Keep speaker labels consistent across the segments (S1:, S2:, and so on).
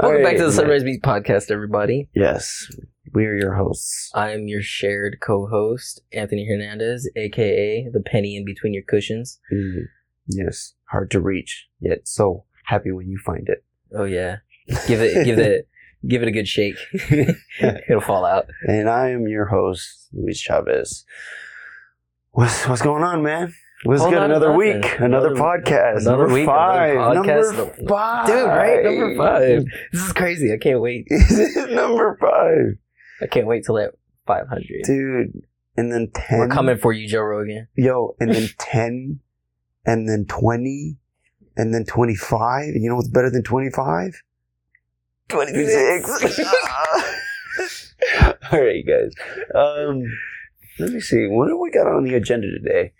S1: Welcome back to the
S2: Hey,
S1: Sunrise Beat podcast, everybody.
S2: Yes, we are your hosts.
S1: I'm your shared co-host, Anthony Hernandez, aka the penny in between your cushions.
S2: Mm, yes, hard to reach, yet so happy when you find it.
S1: Oh yeah, give it, give it, give it a good shake. It'll fall out.
S2: And I am your host, Luis Chavez. What's what's going on, man? What's
S1: Hold
S2: good?
S1: on,
S2: Another
S1: nothing.
S2: week, another,
S1: Another-
S2: podcast,
S1: another
S2: number
S1: week,
S2: five,
S1: another podcast.
S2: number five,
S1: Dude, right? Number five. This is crazy. I can't wait.
S2: Is it number five,
S1: I can't wait till that 500.
S2: dude? And then 10
S1: We're coming for you, Joe Rogan.
S2: yo, and then ten, and then twenty, and then twenty-five. You know what's better than twenty-five? 26. All right, guys. Um, let me see. What do we got on the agenda today?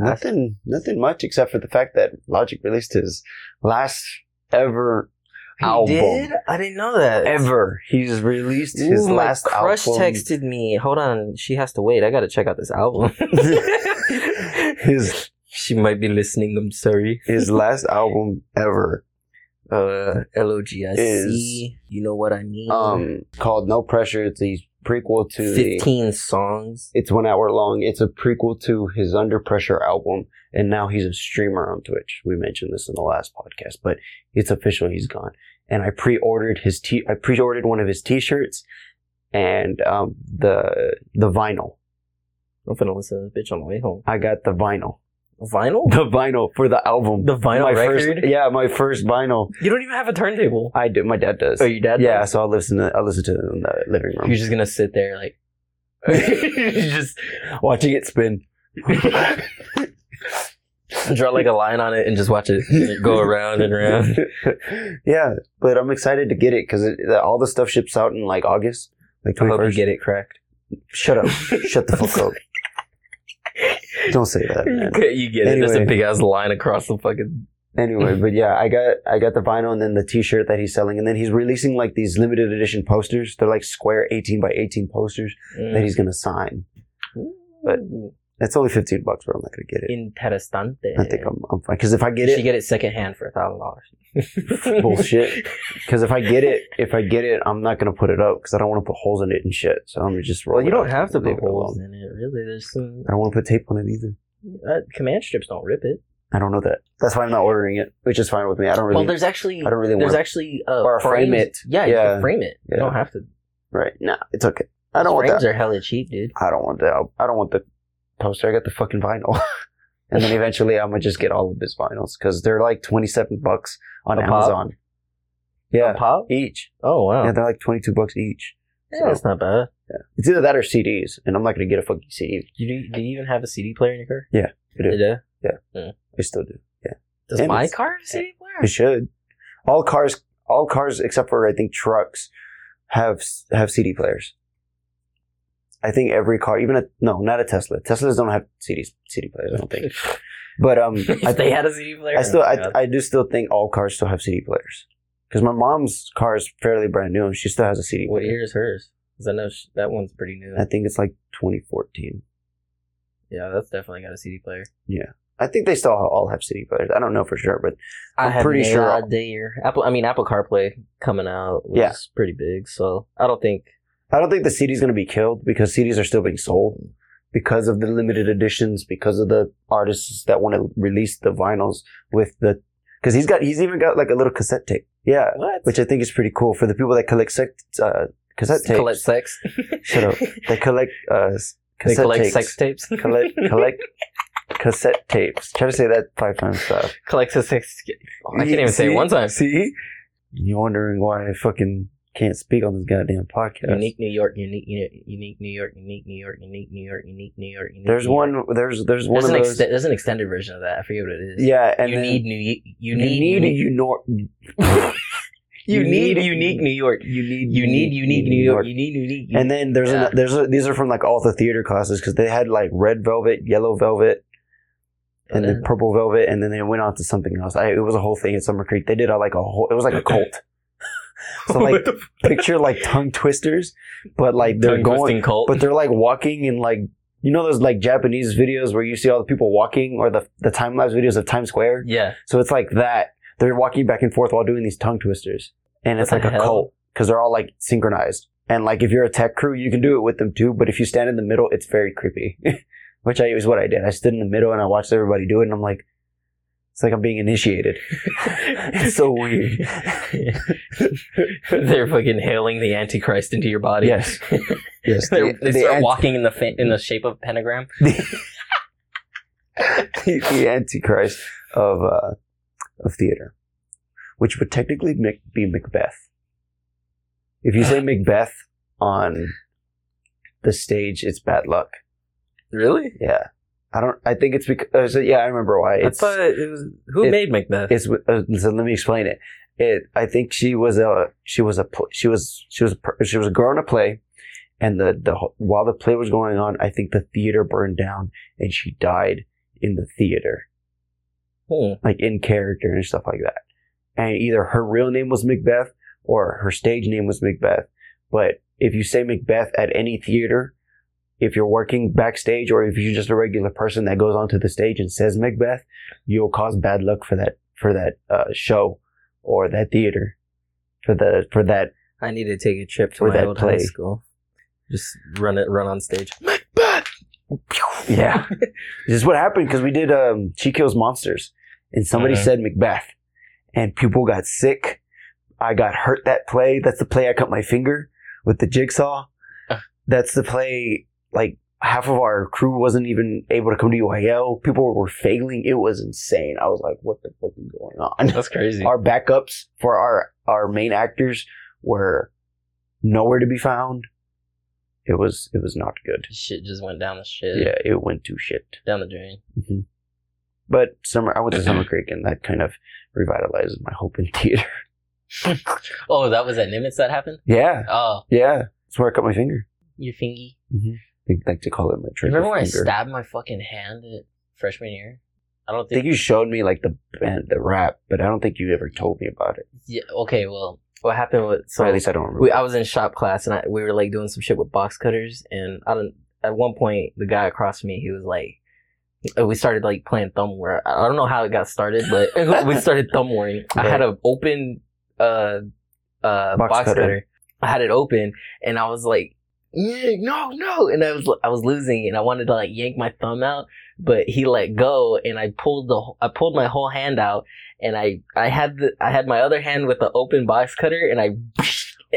S2: Nothing, nothing much except for the fact that Logic released his last ever
S1: He
S2: album.
S1: did? I didn't know that.
S2: Ever, he's released his
S1: Ooh, my
S2: last
S1: crush
S2: album.
S1: texted me. Hold on, she has to wait. I gotta check out this album.
S2: his
S1: she might be listening. I'm sorry.
S2: his last album ever,
S1: Uh, L O G I
S2: Is-
S1: C. You know what I mean?
S2: um, called No Pressure. It's the prequel to the
S1: fifteen songs.
S2: It's one hour long. It's a prequel to his Under Pressure album, and now he's a streamer on Twitch. We mentioned this in the last podcast, but it's official. He's gone, and I pre-ordered his t. I pre-ordered one of his T-shirts and um, the the vinyl.
S1: I'm finna listen to this bitch on the way home.
S2: I got the vinyl,
S1: Vinyl?
S2: the vinyl for the album,
S1: The vinyl
S2: my
S1: record?
S2: First, yeah, my first vinyl.
S1: You don't even have a turntable.
S2: I do. My dad does.
S1: Oh, your dad?
S2: yeah,
S1: does?
S2: so I listen to I listen to it in the living room,
S1: You're just gonna sit there like.
S2: just watching it spin.
S1: draw like a line on it and just watch it go around and around.
S2: yeah, but I'm excited to get it because all the stuff ships out in like August, like
S1: I hope you
S2: 21st.
S1: get it cracked.
S2: Shut up! Shut the fuck up! Don't say that, man.
S1: Okay, you get it. There's a
S2: Anyway.
S1: big ass line across the fucking.
S2: Anyway, but yeah, I got I got the vinyl and then the T-shirt that he's selling, and then he's releasing like these limited edition posters. They're like square 18 by 18 posters
S1: Mm.
S2: that he's gonna sign. But that's only 15 bucks, but I'm not gonna get it.
S1: Interesante.
S2: I think I'm, I'm fine because if I get
S1: You should
S2: it,
S1: get it secondhand for a thousand dollars.
S2: bullshit. Because if I get it, if I get it, I'm not gonna put it up because I don't want to put holes in it and shit. So I'm gonna just roll.
S1: Well, you
S2: it
S1: don't
S2: up
S1: have to
S2: and leave
S1: put
S2: it alone.
S1: holes in it, really. There's some
S2: I don't want to put tape on it either.
S1: uh, command strips don't rip it.
S2: I don't know that. That's why I'm not ordering it, which is fine with me. I don't really.
S1: Well, there's actually
S2: I don't really
S1: there's
S2: wanna-
S1: actually uh,
S2: or frame
S1: frames-
S2: it.
S1: Yeah, you
S2: Yeah.
S1: can frame it. You
S2: Yeah.
S1: don't have to.
S2: right? Nah, it's okay. I don't want
S1: frames
S2: that.
S1: are hella cheap, dude.
S2: I don't want that. I don't want the poster. I got the fucking vinyl. and then eventually, I'm gonna just get all of his vinyls because they're like 27 bucks on
S1: A pop?
S2: Amazon. Yeah,
S1: A pop.
S2: each.
S1: Oh wow,
S2: Yeah, they're like 22 bucks each.
S1: Yeah, that's not bad.
S2: It's either that or CDs, and I'm not gonna get a fucking CD.
S1: You do, do you even have a CD player in your car?
S2: Yeah, I do.
S1: You do?
S2: I still do. Yeah,
S1: Does
S2: And
S1: my
S2: it's-
S1: car have a CD
S2: It
S1: player?
S2: should. All cars, all cars except for I think trucks have have CD players. I think every car, even a no, not a Tesla. Teslas don't have CD CD players. I don't think. But um, I
S1: if they had a CD player,
S2: I still,
S1: oh my
S2: I,
S1: God.
S2: I do still think all cars still have CD players. Because my mom's car is fairly brand new, and she still has a CD
S1: what
S2: player.
S1: year is hers? Because I know sh- that one's pretty new.
S2: I think it's like 2014.
S1: Yeah, that's definitely got a CD player.
S2: I think they still all have CD players. I don't know for sure, but I'm
S1: have
S2: pretty
S1: no
S2: sure-
S1: idea. Apple, I mean, Apple CarPlay coming out was
S2: Yeah.
S1: pretty big, so I don't think
S2: I don't think the CD's going to be killed because CDs are still being sold because of the limited editions, because of the artists that want to release the vinyls with the. Because he's got, he's even got like a little cassette tape. Yeah,
S1: what
S2: which I think is pretty cool for the people that collect sect, uh, cassette tapes.
S1: collect sex.
S2: Shut up. They collect uh, s-
S1: they
S2: cassette
S1: collect
S2: tapes.
S1: sex tapes.
S2: collect collect cassette tapes. Try to say that five times fast.
S1: collect a sex. I can't even say it
S2: See?
S1: one time.
S2: See, you're wondering why I fucking can't speak on this goddamn podcast.
S1: Unique New York, unique, unique, unique New York, unique New York, unique New York, unique New York. Unique
S2: There's
S1: New York.
S2: one. There's there's one
S1: there's,
S2: of
S1: an
S2: those.
S1: ext- there's an extended version of that. I forget what it is.
S2: yeah, and
S1: you
S2: then
S1: need new. You
S2: you
S1: need.
S2: need you know
S1: you
S2: you
S1: need
S2: need-
S1: unique New York.
S2: you need
S1: You need unique New York. You need unique.
S2: And then there's
S1: Yeah.
S2: an, there's a, these are from like all the theater classes because they had like red velvet, yellow velvet, and then purple velvet, and then they went on to something else. I, it was a whole thing at Summer Creek. They did a, like a whole. It was like a cult. so like picture like tongue twisters, but like they're going,
S1: cult.
S2: but they're like walking in like you know those like Japanese videos where you see all the people walking or the the time lapse videos of Times Square.
S1: yeah.
S2: So it's like that. They're walking back and forth while doing these tongue twisters, and it's
S1: What
S2: like
S1: the
S2: a
S1: hell?
S2: cult because they're all like synchronized. And like if you're a tech crew, you can do it with them too. But if you stand in the middle, it's very creepy. Which I is what I did. I stood in the middle and I watched everybody do it, and I'm like, it's like I'm being initiated. it's so weird.
S1: They're fucking hailing the Antichrist into your body.
S2: Yes. Yes.
S1: They're,
S2: the-
S1: they
S2: the
S1: start
S2: ant-
S1: walking in the fa- in the shape of a pentagram.
S2: the Antichrist of uh, of theater, which would technically Mac- be Macbeth. If you say Macbeth on the stage, it's bad luck.
S1: Really?
S2: Yeah, I don't. I think it's because uh, so, yeah, I remember why. It's,
S1: I thought it was who
S2: it-
S1: made Macbeth.
S2: it's uh, so let me explain it. It I think she was a she was a pl- she was she was a, per- she was a girl in a play, and the the wh- while the play was going on, I think the theater burned down and she died in the theater,
S1: Hmm.
S2: like in character and stuff like that. And either her real name was Macbeth or her stage name was Macbeth. But if you say Macbeth at any theater, if you're working backstage or if you're just a regular person that goes onto the stage and says Macbeth, you'll cause bad luck for that for that uh, show or that theater for the for that
S1: I need to take a trip to
S2: For
S1: my
S2: that
S1: old high
S2: play.
S1: school. Just run it, run on stage.
S2: yeah. this is what happened because we did um, She Kills Monsters and somebody
S1: Mhm.
S2: said Macbeth and people got sick. I got hurt that play. That's the play I cut my finger with the jigsaw.
S1: Ugh.
S2: That's the play like half of our crew wasn't even able to come to UIL. People were failing. It was insane. I was like, what the fuck is going on?
S1: That's crazy.
S2: our backups for our our main actors were nowhere to be found. It was it was not good.
S1: Shit just went down the shit.
S2: Yeah, it went to shit.
S1: Down the drain.
S2: But summer, I went to Summer Creek, and that kind of revitalizes my hope in theater.
S1: Oh, that was at Nimitz that happened?
S2: Yeah,
S1: Oh,
S2: yeah, that's where I cut my finger.
S1: your fingy.
S2: They like to call it my trigger
S1: Remember when
S2: finger.
S1: I stabbed my fucking hand at freshman year? I don't
S2: I think
S1: think.
S2: you showed me like the band, the rap, but I don't think you ever told me about it.
S1: yeah, okay, well, what happened with. So,
S2: or at least I don't remember.
S1: Oh. we, I was in shop class and I, we were like doing some shit with box cutters and I don't at one point the guy across from me he was like uh, we started like playing thumb war I don't know how it got started but we started thumb warring I had an open uh uh box,
S2: Box
S1: cutter.
S2: cutter.
S1: I had it open and I was like "Yeah, no no and I was I was losing and I wanted to like yank my thumb out but he let go and I pulled the I pulled my whole hand out and I I had the I had my other hand with the open box cutter and I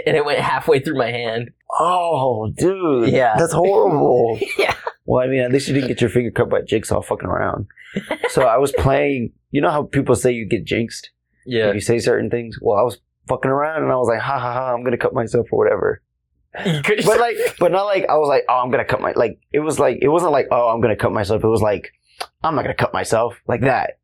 S1: and it went halfway through my hand.
S2: oh, dude,
S1: Yeah.
S2: that's horrible.
S1: yeah.
S2: well, I mean, at least you didn't get your finger cut by jigsaw fucking around. so I was playing. You know how people say you get jinxed
S1: Yeah.
S2: if you say certain things. Well, I was fucking around, and I was like, ha ha ha, I'm gonna cut myself or whatever. but like, but not like I was like, oh, I'm gonna cut my like. It was like it wasn't like oh, I'm gonna cut myself. It was like I'm not gonna cut myself like that.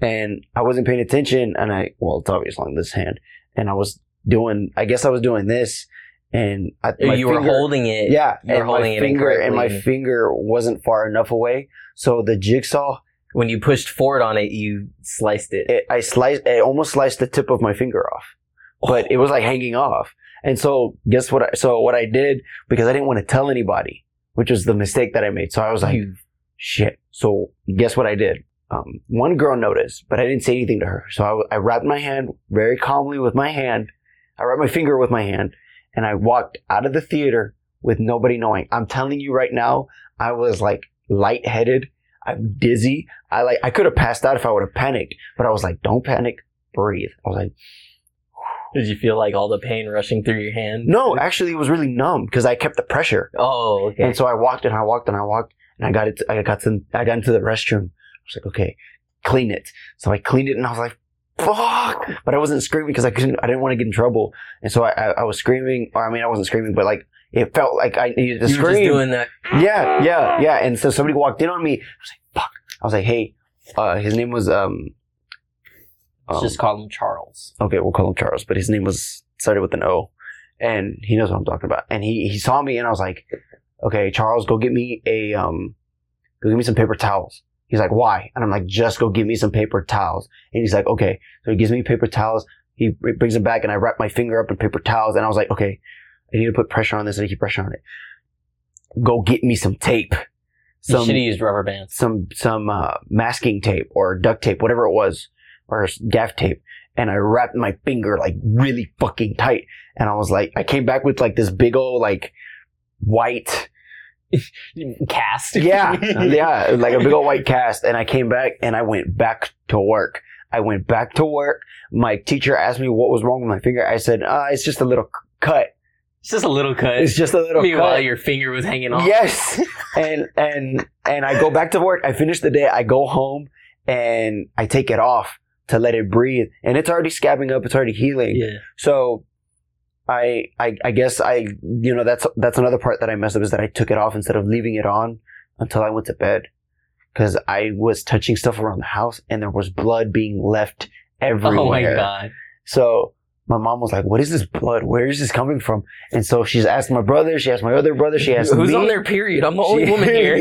S2: And I wasn't paying attention, and I well, it's obvious along this hand, and I was doing. I guess I was doing this, and I, my
S1: you were
S2: finger-
S1: holding it.
S2: Yeah,
S1: you were
S2: and
S1: holding
S2: my
S1: it
S2: finger and my
S1: incorrectly.
S2: finger wasn't far enough away, so the jigsaw.
S1: When you pushed forward on it, you sliced it.
S2: It, I sliced. It almost sliced the tip of my finger off. but it was like hanging off. And so guess what? I, so what I did because I didn't want to tell anybody, which was the mistake that I made. So I was like,
S1: You-
S2: shit. So guess what I did? Um, one girl noticed, but I didn't say anything to her. So I, I wrapped my hand very calmly with my hand. I wrapped my finger with my hand and I walked out of the theater with nobody knowing. I'm telling you right now, I was like lightheaded. I'm dizzy. I like, I could have passed out if I would have panicked, but I was like, don't panic, breathe. I was like,
S1: did you feel like all the pain rushing through your hand?
S2: No, actually, it was really numb because I kept the pressure,
S1: Oh, okay.
S2: and so I walked and I walked and I walked, and I got it. I got to. I got into the restroom. I was like, okay, clean it. So I cleaned it, and I was like, fuck! But I wasn't screaming because I couldn't. I didn't want to get in trouble, and so I, I, I was screaming. Or I mean, I wasn't screaming, but like it felt like I needed to
S1: you were just
S2: scream.
S1: doing that.
S2: Yeah, yeah, yeah. And so somebody walked in on me. I was like, fuck. I was like, hey, uh, his name was um,
S1: Let's
S2: um,
S1: just call him Charles.
S2: okay, we'll call him Charles, but his name was started with an O, and he knows what I'm talking about. And he he saw me, and I was like, okay, Charles, go get me a um, go get me some paper towels. He's like, why? And I'm like, just go get me some paper towels. And he's like, okay. So he gives me paper towels. He br- brings them back, and I wrap my finger up in paper towels. And I was like, okay, I need to put pressure on this. I need to keep pressure on it. Go get me some tape.
S1: you
S2: Some
S1: should have used rubber bands.
S2: some some uh, masking tape or duct tape, whatever it was, or s- gaff tape, and I wrapped my finger like really fucking tight. And I was like, I came back with like this big old like white,
S1: Cast.
S2: yeah, yeah, like a big old white cast. And I came back and I went back to work. I went back to work. My teacher asked me what was wrong with my finger. I said, uh, it's just a little c- cut.
S1: It's just a little cut.
S2: It's just a little
S1: Meanwhile,
S2: cut.
S1: your finger was hanging off.
S2: Yes. and and and I go back to work. I finish the day. I go home and I take it off to let it breathe. And it's already scabbing up. It's already healing.
S1: Yeah.
S2: So I, I I guess I you know that's that's another part that I messed up is that I took it off instead of leaving it on until I went to bed because I was touching stuff around the house and there was blood being left everywhere.
S1: Oh my god.
S2: So my mom was like, "What is this blood? Where is this coming from?" And so she's asked my brother, she asked my other brother, she asked
S1: Who's
S2: me.
S1: on their period? I'm the only
S2: She-
S1: woman here.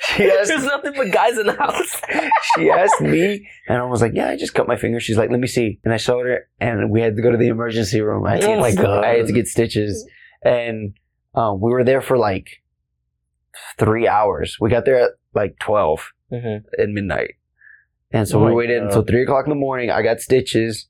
S2: she asked
S1: There's nothing but guys in the house.
S2: she asked me, and I was like, "Yeah, I just cut my finger." She's like, "Let me see," and I showed her, and we had to go to the emergency room. I had to get,
S1: Oh,
S2: like
S1: God.
S2: I had to get stitches, and um, we were there for like three hours. We got there at like twelve at midnight, and so
S1: Oh
S2: we
S1: my
S2: waited
S1: God.
S2: until three o'clock in the morning. I got stitches.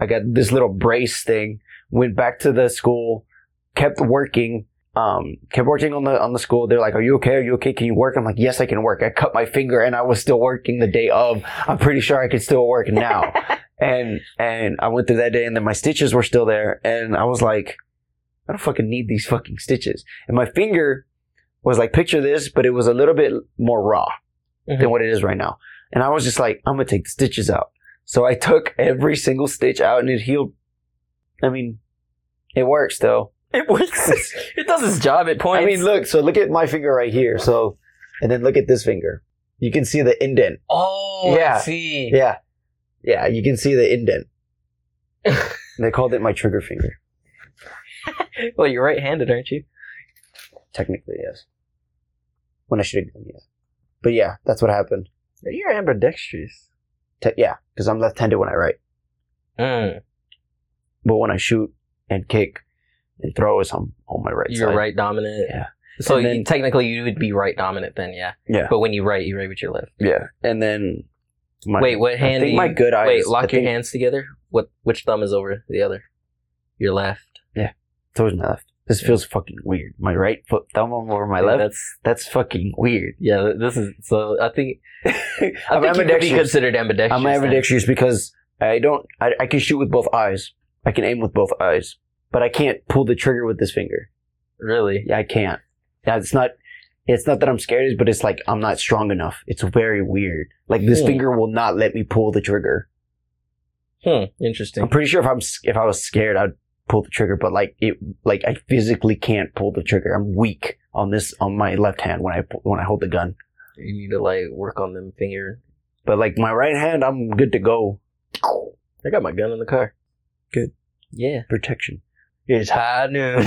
S2: I got this little brace thing. Went back to the school, kept working. Um, kept working on the on the school. They're like, "Are you okay? Are you okay? Can you work?" I'm like, "Yes, I can work." I cut my finger, and I was still working the day of. I'm pretty sure I could still work now. and and I went through that day, and then my stitches were still there, and I was like, "I don't fucking need these fucking stitches." And my finger was like, picture this, but it was a little bit more raw than
S1: Mhm.
S2: what it is right now. And I was just like, I'm gonna take the stitches out. So I took every single stitch out and it healed. I mean, it works though.
S1: It works. It does its job at points.
S2: I mean, look, so look at my finger right here. So, and then look at this finger. You can see the indent.
S1: oh, yeah.
S2: Yeah.
S1: I see.
S2: Yeah. Yeah, you can see the indent. they called it my trigger finger.
S1: Well, you're right-handed, aren't you?
S2: Technically, yes. When I should have, yeah. But yeah, that's what happened.
S1: You're ambidextrous.
S2: Te- yeah, because I'm left handed when I write.
S1: Mm,
S2: But when I shoot and kick and throw is on, on my right
S1: you're
S2: side.
S1: right dominant.
S2: Yeah.
S1: So
S2: And
S1: you-
S2: then-
S1: technically, you would be right dominant then, yeah.
S2: Yeah.
S1: But when you write, you write with your left.
S2: Yeah, and then my,
S1: Wait, what hand?
S2: I think
S1: do you,
S2: my good eye.
S1: Wait,
S2: is- I
S1: lock your
S2: think-
S1: hands together. What? Which thumb is over the other? Your left.
S2: It's always my left. This feels fucking weird. My right foot thumb over my
S1: Dude,
S2: left. That's,
S1: That's
S2: fucking weird.
S1: yeah. th- This is so. I think I
S2: I'm
S1: think you could be
S2: ambidextrous.
S1: considered ambidextrous.
S2: I'm ambidextrous because I don't. I, I can shoot with both eyes. I can aim with both eyes, but I can't pull the trigger with this finger.
S1: then. Really?
S2: Yeah, I can't. Yeah, it's not. It's not that I'm scared, but it's like I'm not strong enough. It's very weird. Like this
S1: Hmm.
S2: finger will not let me pull the trigger.
S1: Hmm.
S2: I'm
S1: Interesting.
S2: pretty sure if I'm s- if I was scared, I'd pull the trigger. But like it, like I physically can't pull the trigger. I'm weak on this on my left hand when I pu- when I hold the gun.
S1: You need to like work on them finger.
S2: But like my right hand, I'm good to go.
S1: I got my gun in the car.
S2: Good.
S1: Yeah.
S2: Protection.
S1: It's high noon.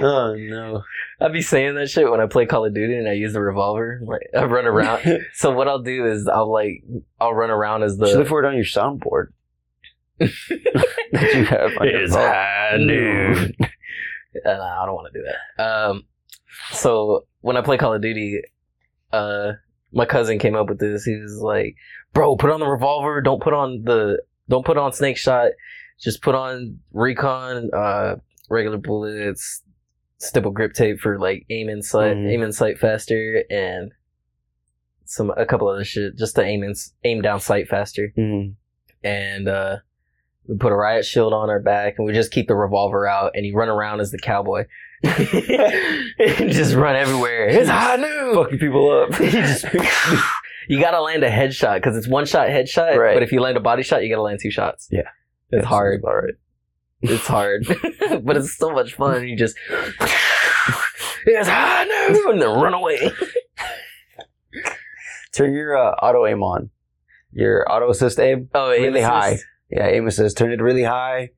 S2: Oh no.
S1: I be saying that shit when I play Call of Duty and I use the revolver. Like I run around. so what I'll do is I'll like I'll run around as
S2: Should look
S1: the
S2: for it on your soundboard. that you have on your phone.
S1: high Uh, nah, I don't want to do that. Um, so when I play Call of Duty, uh, my cousin came up with this. He was like, "Bro, put on the revolver. Don't put on the don't put on snake shot. Just put on recon, uh, regular bullets, stipple grip tape for like aim and sight,
S2: Mhm.
S1: aim and sight faster, and some a couple other shit just to aim and s- aim down sight faster."
S2: Mm.
S1: and uh, we put a riot shield on our back, and we just keep the revolver out, and you run around as the cowboy, and just run everywhere. It's high noon.
S2: Fucking people up.
S1: You just- you gotta land a headshot because it's one shot headshot.
S2: Right.
S1: But if you land a body shot, you gotta land two shots.
S2: Yeah.
S1: it's hard.
S2: All right.
S1: It's hard, but it's so much fun. You just it's high noon, and then run away.
S2: Turn your uh, auto aim on. Your auto assist aim.
S1: Oh,
S2: Really
S1: it's just-
S2: high. Yeah, Amos says turn it really high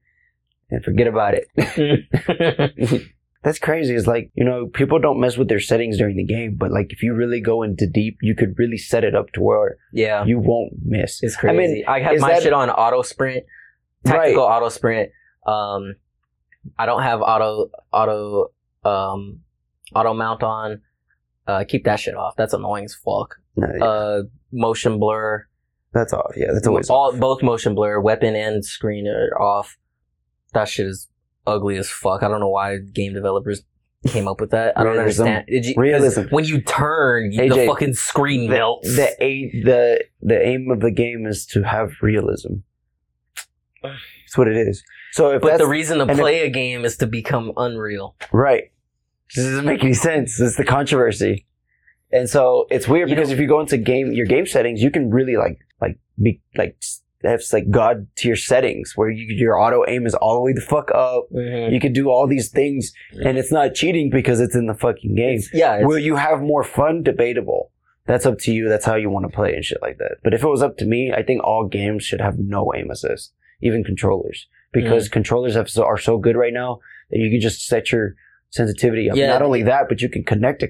S2: and forget about it. That's crazy. It's like, you know, people don't mess with their settings during the game, but like if you really go into deep, you could really set it up to where
S1: Yeah,
S2: you won't miss.
S1: It's
S2: I mean,
S1: crazy. I, have
S2: is
S1: my
S2: that-
S1: shit on auto sprint, tactical auto sprint. Um, I don't have auto auto um auto mount on. Uh, keep that shit off. That's annoying as fuck.
S2: No,
S1: Uh, motion blur.
S2: That's off. Yeah, that's always
S1: all both motion blur, weapon and screen are off. That shit is ugly as fuck. I don't know why game developers came up with that. I don't
S2: Realism.
S1: understand. Did you, 'cause
S2: realism.
S1: When you turn, you- the
S2: AJ,
S1: fucking screen
S2: The,
S1: melts.
S2: the a- the the aim of the game is to have realism. That's what it is. So if
S1: but
S2: that's
S1: the reason to
S2: and if-
S1: play a game is to become unreal.
S2: right, this doesn't make any sense. It's the controversy, and so it's weird
S1: You
S2: because
S1: know-
S2: if you go into game your game settings, you can really like like be like s- have like god tier settings where you, your auto aim is all the way the fuck up. You can do all these things, and it's not cheating because it's in the fucking game.
S1: Yeah, it's-
S2: Will you have more fun? Debatable. That's up to you. That's how you want to play and shit like that. But if it was up to me, I think all games should have no aim assist, even controllers, because
S1: Mm.
S2: controllers have so, are so good right now that you can just set your sensitivity up.
S1: Yeah.
S2: Not only that, but you can connect a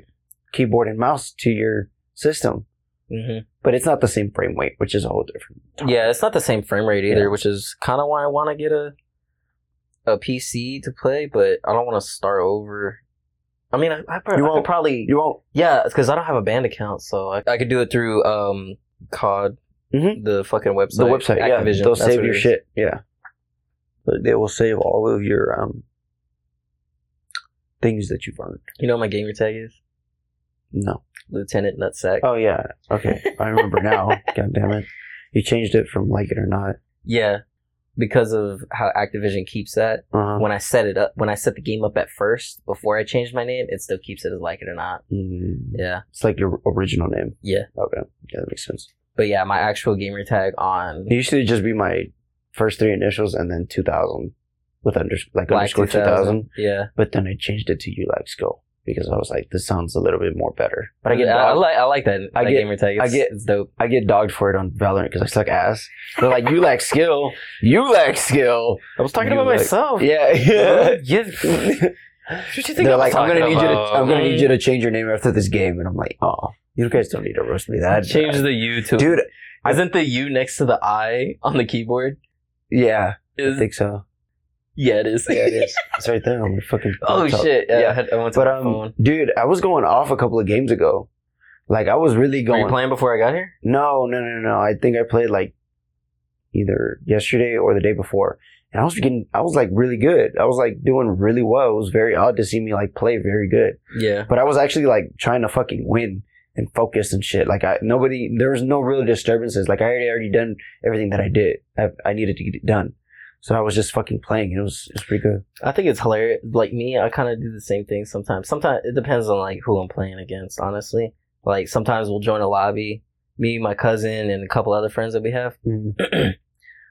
S2: keyboard and mouse to your system,
S1: Mhm.
S2: but it's not the same frame rate, which is a whole different.
S1: yeah. It's not the same frame rate either,
S2: Yeah.
S1: which is kind of why I want to get a a PC to play, but I don't want to start over. I mean, I, I, prob-
S2: You
S1: I could
S2: won't-
S1: probably
S2: You won't.
S1: Yeah, because I don't have a band account, so I, I could do it through um COD,
S2: Mhm.
S1: the fucking website.
S2: the website, yeah, they'll
S1: that's
S2: save
S1: what it
S2: your
S1: is.
S2: shit, yeah. But they will save all of your um things that you've earned.
S1: You know what my gamer tag is
S2: No.
S1: Lieutenant Nutsack.
S2: Oh yeah. Okay. I remember now. God damn it. You changed it from like it or not.
S1: Yeah, because of how Activision keeps that.
S2: Uh-huh.
S1: When I set it up, when I set the game up at first, before I changed my name, it still keeps it as like it or not.
S2: Mm,
S1: Yeah,
S2: It's like your original name.
S1: yeah.
S2: Okay. Yeah, that makes sense.
S1: But yeah, my actual gamer tag on
S2: It used to just be my first three initials and then two thousand with under like
S1: Black
S2: underscore two
S1: 2000.
S2: thousand.
S1: Yeah,
S2: But then I changed it to Ulaxco because I was like, this sounds a little bit more better. But I get
S1: I, I
S2: dogged,
S1: like I like that.
S2: I
S1: that
S2: get-
S1: gamer tag.
S2: I
S1: It's,
S2: get-
S1: it's dope.
S2: I get dogged for it on Valorant because I suck ass. They're like, you lack skill. You lack skill.
S1: I was
S2: talking about
S1: myself.
S2: Yeah.
S1: Yeah.
S2: yeah.
S1: What you think
S2: They're like, I'm gonna need you to, I'm gonna need you to change your name after this game, and I'm like, oh, you guys don't need to roast me that,
S1: Change the U to
S2: dude.
S1: Isn't the U next to the I on the keyboard?
S2: Yeah, I
S1: Is
S2: think so.
S1: yeah, it is.
S2: Yeah, it is. It's right there on my fucking.
S1: oh
S2: laptop.
S1: shit! Yeah, I, had, I went to
S2: but
S1: my
S2: um,
S1: phone.
S2: dude, I was going off a couple of games ago. Like I was really
S1: Were you
S2: going.
S1: playing before I got here?
S2: No, no, no, no. I think I played like either yesterday or the day before, and I was getting, I was like really good. I was like doing really well. It was very odd to see me like play very good.
S1: Yeah.
S2: but I was actually like trying to fucking win and focus and shit. Like I nobody there was no real disturbances. Like I already already done everything that I did. I, I needed to get it done, so I was just fucking playing. It was it's pretty good.
S1: I think it's hilarious. Like me, I kind of do the same thing sometimes. Sometimes it depends on like who I'm playing against. Honestly, like sometimes we'll join a lobby. Me, my cousin, and a couple other friends that we have.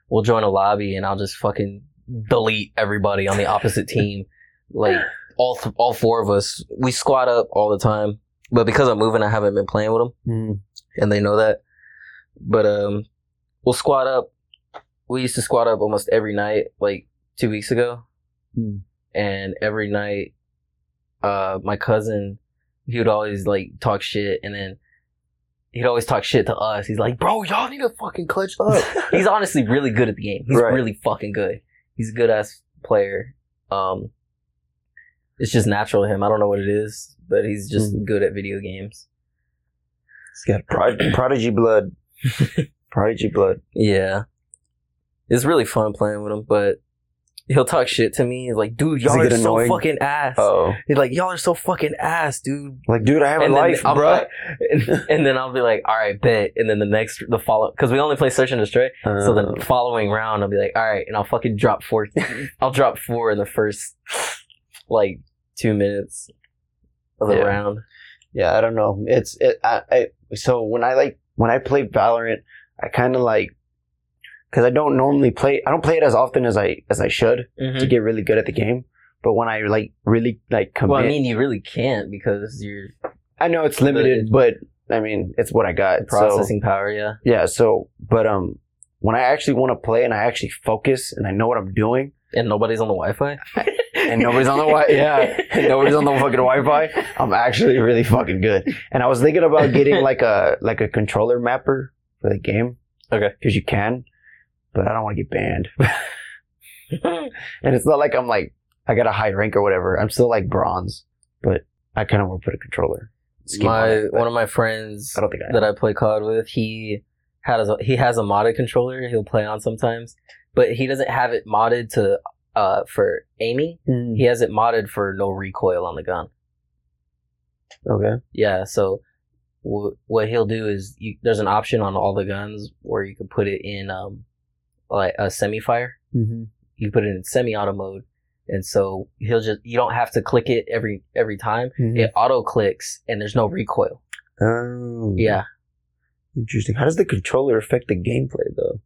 S1: we'll join a lobby, and I'll just fucking delete everybody on the opposite team. Like all th- all four of us, we squat up all the time. But because I'm moving, I haven't been playing with them. and they know that. But um, we'll squat up. We used to squat up almost every night, like two weeks ago,
S2: Mm.
S1: and every night, uh, my cousin, he would always like talk shit, and then he'd always talk shit to us. He's like, "Bro, y'all need to fucking clutch up." He's honestly really good at the game. He's
S2: Right.
S1: really fucking good. He's a good ass player. Um, it's just natural to him. I don't know what it is, but he's just
S2: Hmm.
S1: good at video games.
S2: It's got prod- prodigy blood. prodigy blood.
S1: Yeah. It's really fun playing with him, but he'll talk shit to me. He's like, dude, y'all
S2: he
S1: are
S2: get
S1: so
S2: annoyed?
S1: fucking ass.
S2: Oh,
S1: He's like, y'all are so fucking ass, dude.
S2: like dude, I have a
S1: then
S2: life,
S1: I'll-
S2: bro.
S1: and, and then I'll be like, all right, bet. And then the next, the follow, because we only play Search and Destroy. so
S2: Uh,
S1: the following round, I'll be like, all right, and I'll fucking drop four. I'll drop four in the first, like, two minutes of the
S2: Yeah.
S1: round.
S2: Yeah, I don't know. It's it. I, I so when I like when I play Valorant, I kind of like because I don't normally play. I don't play it as often as I as I should.
S1: Mm-hmm. Hmm.
S2: to get really good at the game. But when I like really like commit,
S1: Well, I
S2: I,
S1: mean, you really can't because your
S2: know it's limited, but I mean it's what I got. So,
S1: processing power, yeah.
S2: yeah. So, but um, when I actually want to play and I actually focus and I know what I'm doing,
S1: And nobody's on the Wi Fi?
S2: And nobody's on the Wi- yeah. And nobody's on the fucking Wi-Fi? I'm actually really fucking good. And I was thinking about getting like a like a controller mapper for the game.
S1: Okay.
S2: Because you can, but I don't want to get banned. and it's not like I'm like I got a high rank or whatever. I'm still like bronze, but I kind of want to put a controller. scheme on
S1: my
S2: it, but
S1: one of my friends
S2: I don't think I.
S1: that I play COD with, he has a, he has a modded controller he'll play on sometimes, but he doesn't have it modded to uh for aiming.
S2: Mm,
S1: He has it modded for no recoil on the gun.
S2: Okay.
S1: Yeah, so w- what he'll do is you, there's an option on all the guns where you can put it in um like a semi-fire.
S2: Mm-hmm.
S1: You put it in semi-auto mode, and so he'll just you don't have to click it every every time.
S2: Mm-hmm.
S1: It auto clicks and there's no recoil.
S2: Oh.
S1: Yeah,
S2: Interesting. How does the controller affect the gameplay though?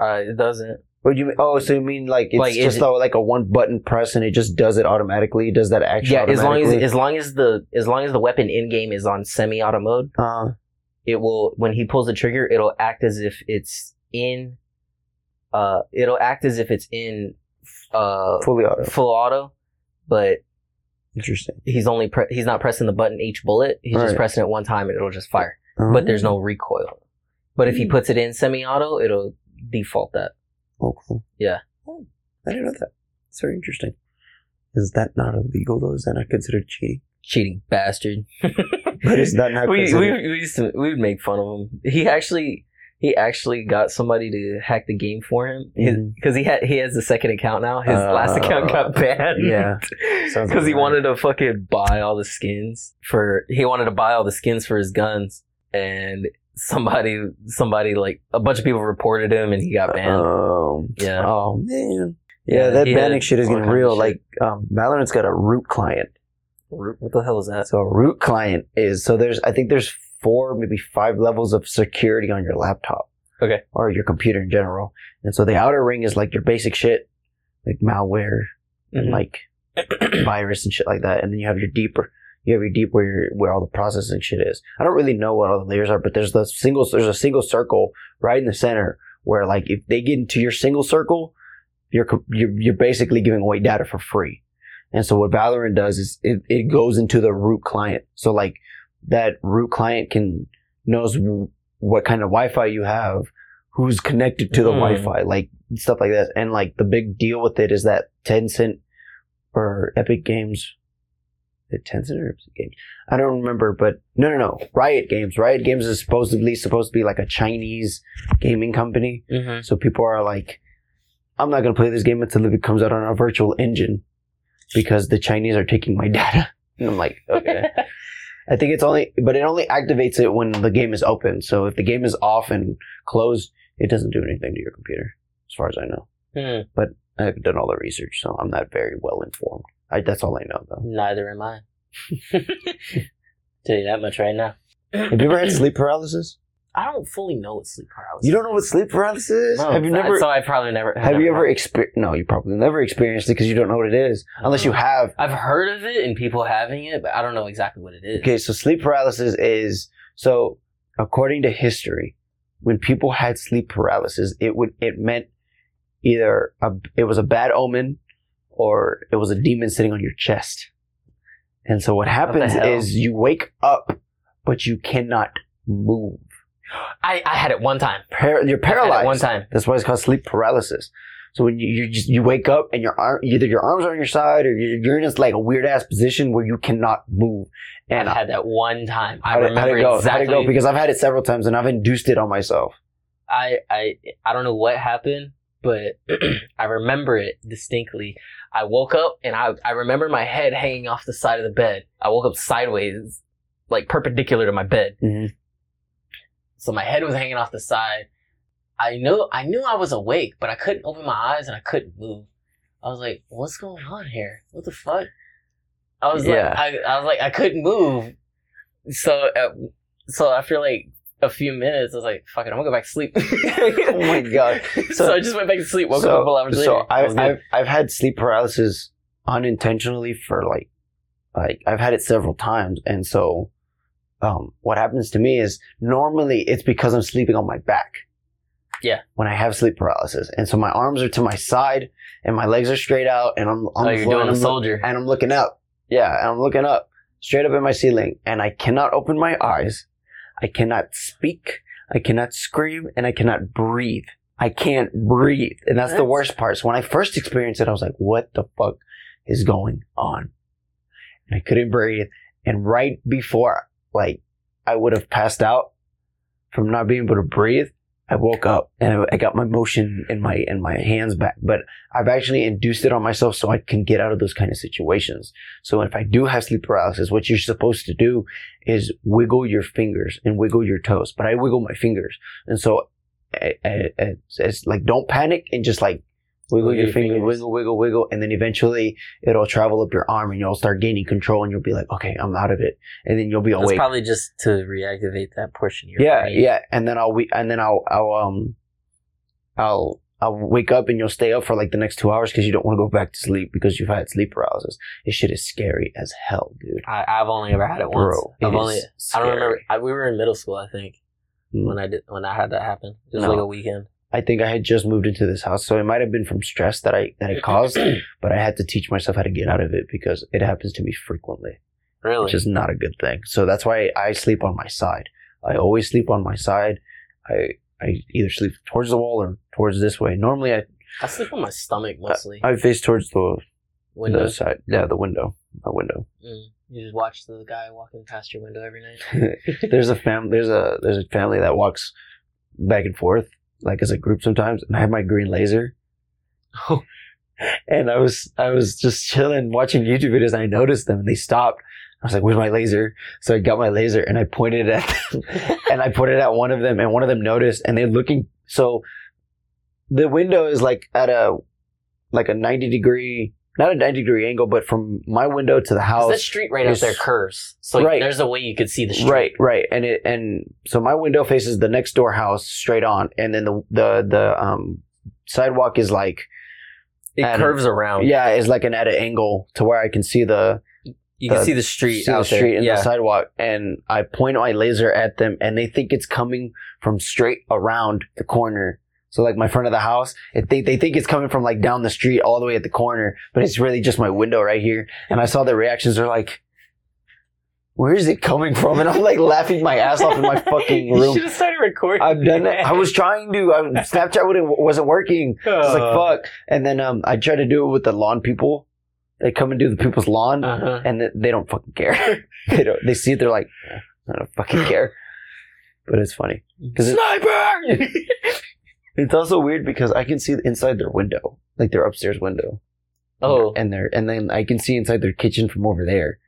S1: uh, it doesn't.
S2: What do you mean? Oh, so you mean like it's
S1: Like, is
S2: just
S1: it-
S2: though like a one button press and it just does it automatically? It does that action?
S1: Yeah, as long as
S2: automatically?
S1: as long as the as long as the weapon in game is on semi-auto mode,
S2: Uh,
S1: it will when he pulls the trigger, it'll act as if it's in. Uh, it'll act as if it's in. Uh,
S2: fully auto.
S1: full auto, but
S2: Interesting.
S1: he's only pre- he's not pressing the button each bullet. He's just
S2: Right. Mm-hmm.
S1: pressing it one time and it'll just fire.
S2: Uh-huh.
S1: But there's no recoil. But if he
S2: Hmm.
S1: puts it in semi-auto, it'll default that.
S2: Oh, cool.
S1: Yeah.
S2: Oh, I didn't know that. It's very interesting. Is that not illegal though? Is that not considered cheating?
S1: Cheating bastard.
S2: But is that not
S1: we, we
S2: considered?
S1: we used to we would make fun of him. He actually he actually got somebody to hack the game for him
S2: Mhm.
S1: because he had he has a second account now. His last
S2: Uh,
S1: account got banned.
S2: yeah. Sounds
S1: because he
S2: about
S1: wanted to fucking buy all the skins for he wanted to buy all the skins for his guns and somebody somebody like a bunch of people reported him and he got banned.
S2: Um,
S1: Yeah.
S2: Oh man.
S1: Yeah,
S2: Yeah, that
S1: he
S2: banning
S1: had
S2: shit is
S1: all
S2: getting
S1: kinds of
S2: real.
S1: shit.
S2: Like, um, Valorant's got a root client.
S1: what the hell is that?
S2: Uh, So a root client is so there's I think there's four maybe five levels of security on your laptop.
S1: Okay.
S2: Or your computer in general. And so the outer ring is like your basic shit, like malware
S1: Mm-hmm.
S2: and like virus and shit like that. And then you have your deeper, you have your deep where your, where all the processing shit is. I don't really know what all the layers are, but there's the single there's a single circle right in the center where like if they get into your single circle, you're co- you're, you're basically giving away data for free. And so what Valorant does is it, it goes into the root client. So like that root client can knows w- what kind of Wi-Fi you have, who's connected to the
S1: Hmm.
S2: Wi-Fi, like stuff like that. And like the big deal with it is that Tencent or Epic Games, the Tencent or Epic Games, I don't remember, but no, no, no, Riot Games. Riot Games is supposedly supposed to be like a Chinese gaming company.
S1: Mhm.
S2: So people are like, I'm not gonna play this game until it comes out on a virtual engine because the Chinese are taking my data. And I'm like, okay. I think it's only, but it only activates it when the game is open. So if the game is off and closed, it doesn't do anything to your computer, as far as I know.
S1: Hmm,
S2: I haven't done all the research, so I'm not very well informed. I, that's all I know, though.
S1: Neither am I. Tell you that much right now.
S2: Have you ever had sleep paralysis?
S1: I don't fully know what sleep paralysis.
S2: You don't know what sleep paralysis is?
S1: No,
S2: have you
S1: so-
S2: never?
S1: So I probably never. I
S2: have you
S1: never-
S2: ever experienced? No, you probably never experienced it because you don't know what it is, unless you have.
S1: I've heard of it and people having it, but I don't know exactly what it is.
S2: Okay, so sleep paralysis is so according to history, when people had sleep paralysis, it would it meant either a, it was a bad omen or it was a demon sitting on your chest. And so what happens
S1: hell?
S2: is you wake up, but you cannot move.
S1: I, I had it one time.
S2: Par- you're
S1: I had it
S2: paralyzed.
S1: one time.
S2: That's why it's called sleep paralysis. So when you you, just, you wake up and your arm either your arms are on your side or you're, you're in this like a weird ass position where you cannot move. And
S1: I had that one time. I
S2: How'd it-
S1: remember
S2: how'd it go?
S1: exactly.
S2: How'd it go? Because I've had it several times and I've induced it on myself.
S1: I I I don't know what happened, but I remember it distinctly. I woke up and I I remember my head hanging off the side of the bed. I woke up sideways, like perpendicular to my bed.
S2: Mhm.
S1: So my head was hanging off the side. I knew I knew I was awake, but I couldn't open my eyes and I couldn't move. I was like, "What's going on here? What the fuck?" I was
S2: Yeah.
S1: like, I, I was like, I couldn't move. So, uh, so after like a few minutes, I was like, "Fuck it, I'm gonna go back to sleep." oh
S2: my God.
S1: So,
S2: So-
S1: I just went back to sleep. Woke up a couple hours later.
S2: so
S1: I
S2: I've,
S1: was good.
S2: I've, I've had sleep paralysis unintentionally for like, like I've had it several times. And so, um, what happens to me is normally it's because I'm sleeping on my back.
S1: Yeah.
S2: When I have sleep paralysis. And so my arms are to my side and my legs are straight out and I'm on
S1: oh,
S2: the
S1: you're
S2: floor and
S1: doing a
S2: I'm look-
S1: soldier.
S2: and I'm looking up. Yeah, and I'm looking up straight up at my ceiling, and I cannot open my eyes. I cannot speak. I cannot scream, and I cannot breathe. I can't breathe, and that's, the
S1: That's-
S2: worst part. So when I first experienced it, I was like, "What the fuck is going on?" And I couldn't breathe. And right before, like, I would have passed out from not being able to breathe. I woke up and I- I got my motion in my in my hands back. But I've actually induced it on myself so I can get out of those kind of situations. So if I do have sleep paralysis, what you're supposed to do is wiggle your fingers and wiggle your toes. But I wiggle my fingers, and so I, I, I- it's like don't panic and just like wiggle your, finger,
S1: fingers.
S2: wiggle, wiggle, wiggle, and then eventually it'll travel up your arm and you'll start gaining control and you'll be like, okay, I'm out of it, and then you'll be
S1: That's
S2: awake.
S1: probably just to reactivate that portion. Of your
S2: Yeah,
S1: brain.
S2: yeah, and then I'll we and then I'll I'll um I'll I'll wake up and you'll stay up for like the next two hours because you don't want to go back to sleep because you've had sleep paralysis. This shit is scary as hell, dude.
S1: I, I've only ever had it once.
S2: Bro,
S1: I've
S2: it
S1: only.
S2: is
S1: I don't
S2: scary.
S1: remember. I, we were in middle school, I think,
S2: Mm.
S1: when I did when I had that happen. It was
S2: No.
S1: like a weekend.
S2: I think I had just moved into this house, so it might have been from stress that I that it caused, but I had to teach myself how to get out of it because it happens to me frequently,
S1: Really?
S2: which is not a good thing. So that's why I sleep on my side. I always sleep on my side. I I either sleep towards the wall or towards this way. Normally, I
S1: I sleep on my stomach mostly.
S2: I face towards the
S1: Windows.
S2: The side. Yeah, the window. My window.
S1: Mm. You just watch the guy walking past your window every night.
S2: there's a fam there's a there's a family that walks back and forth, like as a group sometimes, and I have my green laser.
S1: Oh.
S2: And I was I was just chilling watching YouTube videos and I noticed them and they stopped. I was like, Where's my laser? So I got my laser and I pointed it at them and I pointed at one of them and one of them noticed and they're looking so the window is like at a like a ninety degree not a ninety degree angle, but from my window to the
S1: 'Cause
S2: house.
S1: that street right out there
S2: It's-
S1: curves, so
S2: Right.
S1: there's a way you could see the street.
S2: Right, right, and it and so my window faces the next door house straight on, and then the the the um sidewalk is like
S1: It
S2: And-
S1: curves around.
S2: yeah is like an at an angle to where I can see the
S1: You can
S2: the-
S1: see the street
S2: Uh, see the
S1: out there.
S2: street and
S1: yeah.
S2: the sidewalk, and I point my laser at them, and they think it's coming from straight around the corner. So like my front of the house, it think they think it's coming from like down the street all the way at the corner, but it's really just my window right here. And I saw the reactions. They're like. Where is it coming from? And I'm like laughing my ass off in my fucking
S1: You
S2: room.
S1: should have started recording.
S2: I've done it. I was trying to. I, Snapchat wouldn't, wasn't working. I was
S1: Uh-huh.
S2: like, fuck. And then um, I tried to do it with the lawn people. They come and do the people's lawn,
S1: Uh-huh.
S2: and th- they don't fucking care. they don't. They see it. They're like, "Eh, I don't fucking care. But it's funny. 'Cause it-
S1: Sniper.
S2: It's also weird because I can see inside their window, like their upstairs window.
S1: oh,
S2: and their and then I can see inside their kitchen from over there.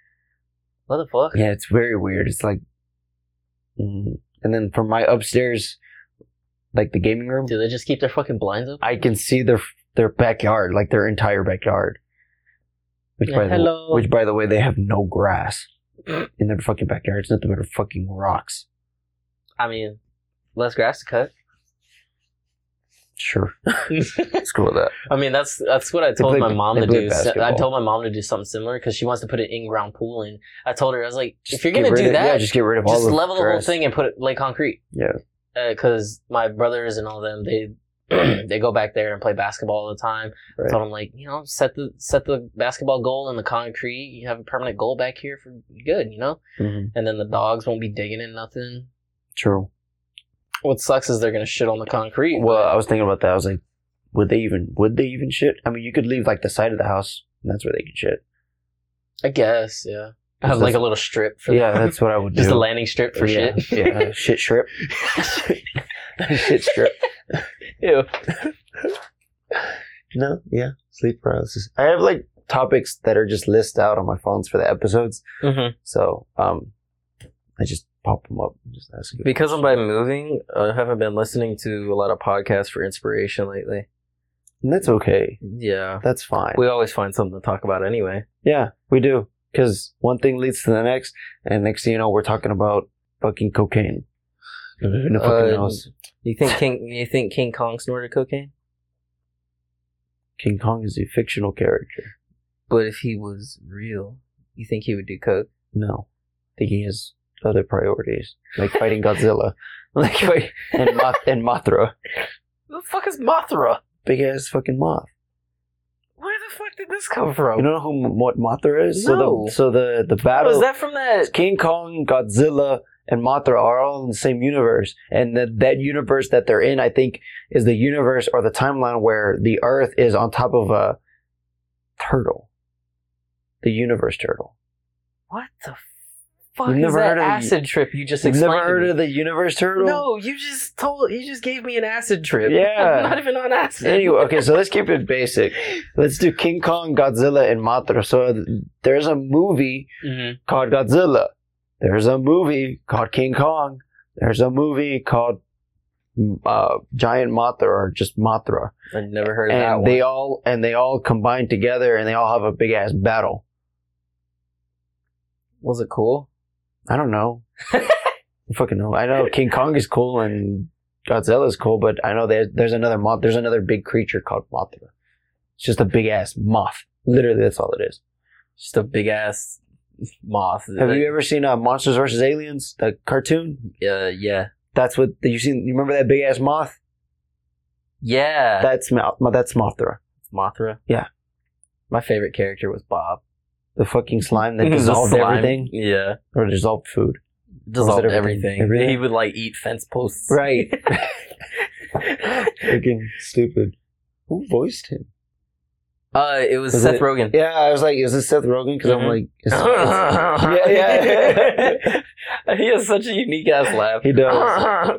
S1: what the fuck?
S2: Yeah, it's very weird. It's like, mm. and then from my upstairs, like the gaming room.
S1: Do they just keep their fucking blinds open?
S2: I can see their their backyard, like their entire backyard. Which
S1: Yeah,
S2: by
S1: hello.
S2: the which by the way, they have no grass in their fucking backyard. It's nothing but fucking rocks.
S1: I mean, less grass to cut.
S2: Sure, screw with that.
S1: I mean, that's that's what I told
S2: play-
S1: my mom
S2: they
S1: to
S2: play
S1: do.
S2: basketball.
S1: I told my mom to do something similar because she wants to put an in-ground pool in. I told her I was like, if
S2: Just
S1: you're
S2: get
S1: gonna
S2: rid
S1: do
S2: of-
S1: that,
S2: yeah,
S1: just,
S2: just get rid of all the
S1: level the whole
S2: grass.
S1: thing and put it like concrete.
S2: Yeah.
S1: Because my brothers and all them, they they go back there and play basketball all the time.
S2: Right.
S1: So I'm like, you know, set the set the basketball goal in the concrete. You have a permanent goal back here for good, you know.
S2: Mhm.
S1: And then the dogs won't be digging in nothing.
S2: True.
S1: What sucks is they're gonna shit on the concrete.
S2: Well, I was thinking about that. I was like, would they even would they even shit? I mean, you could leave like the side of the house, and that's where they can shit.
S1: I guess, yeah. I
S2: Because
S1: have like
S2: that's-
S1: a little strip for
S2: Yeah,
S1: them.
S2: that's what I would do.
S1: just a landing strip for
S2: yeah,
S1: shit.
S2: yeah, shit strip. shit strip.
S1: Ew.
S2: No, yeah, sleep paralysis. I have like topics that are just list out on my phones for the episodes,
S1: Mhm.
S2: so um, I just pop them up and just ask. You.
S1: Because I'm by moving, I haven't been listening to a lot of podcasts for inspiration lately.
S2: And that's okay.
S1: Yeah.
S2: That's fine.
S1: We always find something to talk about anyway.
S2: yeah, we do. Because one thing leads to the next, and next thing you know, we're talking about fucking cocaine. Who the fucking
S1: Uh,
S2: knows?
S1: You think King you think King Kong snorted cocaine?
S2: King Kong is a fictional character.
S1: But if he was real, you think he would do coke?
S2: No, I think he has other priorities, like fighting Godzilla, like fight- and Moth and Mothra,
S1: Who the fuck is Mothra?
S2: big ass fucking moth.
S1: Where the fuck did this come from?
S2: You don't know who M- what Mothra is? So
S1: No.
S2: the so the the battle
S1: was that from that
S2: King Kong, Godzilla, and Mothra are all in the same universe, and that that universe that they're in, I think, is the universe or the timeline where the Earth is on top of a turtle, the universe turtle.
S1: What the fuck
S2: You've
S1: is
S2: never
S1: that
S2: heard of the-
S1: acid trip you just
S2: You've
S1: explained?
S2: never
S1: to
S2: heard
S1: me?
S2: of the universe turtle?
S1: No, you just told you just gave me an acid trip.
S2: Yeah.
S1: I'm not even on acid.
S2: Anyway, okay, so let's keep it basic. Let's do King Kong, Godzilla, and Mothra. So there's a movie
S1: Mhm.
S2: called Godzilla. There's a movie called King Kong. There's a movie called uh, Giant Mothra or just Mothra.
S1: I've never heard of that
S2: And
S1: one.
S2: they all and they all combine together and they all have a big ass battle.
S1: Was it cool?
S2: I don't know. I fucking know. I know King Kong is cool and Godzilla is cool, but I know there's there's another moth. There's another big creature called Mothra. It's just a big ass moth. Literally, that's all it is.
S1: Just a big ass moth.
S2: Have you ever seen uh, Monsters vs. Aliens, the cartoon?
S1: Uh, yeah.
S2: That's what you seen. You remember that big ass moth?
S1: Yeah.
S2: That's Mo- that's Mothra,
S1: Mothra.
S2: Yeah.
S1: My favorite character was Bob.
S2: the fucking slime that
S1: The
S2: dissolved
S1: slime.
S2: everything
S1: Yeah.
S2: or dissolved food.
S1: Dissolved
S2: everything?
S1: everything.
S2: Everything?
S1: He would like eat fence posts.
S2: Right. Freaking stupid. Who voiced him?
S1: Uh, it was,
S2: Was
S1: Seth
S2: it-
S1: Rogen.
S2: Yeah, I was like, is this Seth Rogen? Because I'm
S1: Mhm.
S2: like, is- is- Yeah,
S1: he has such a unique ass laugh.
S2: he does.
S1: I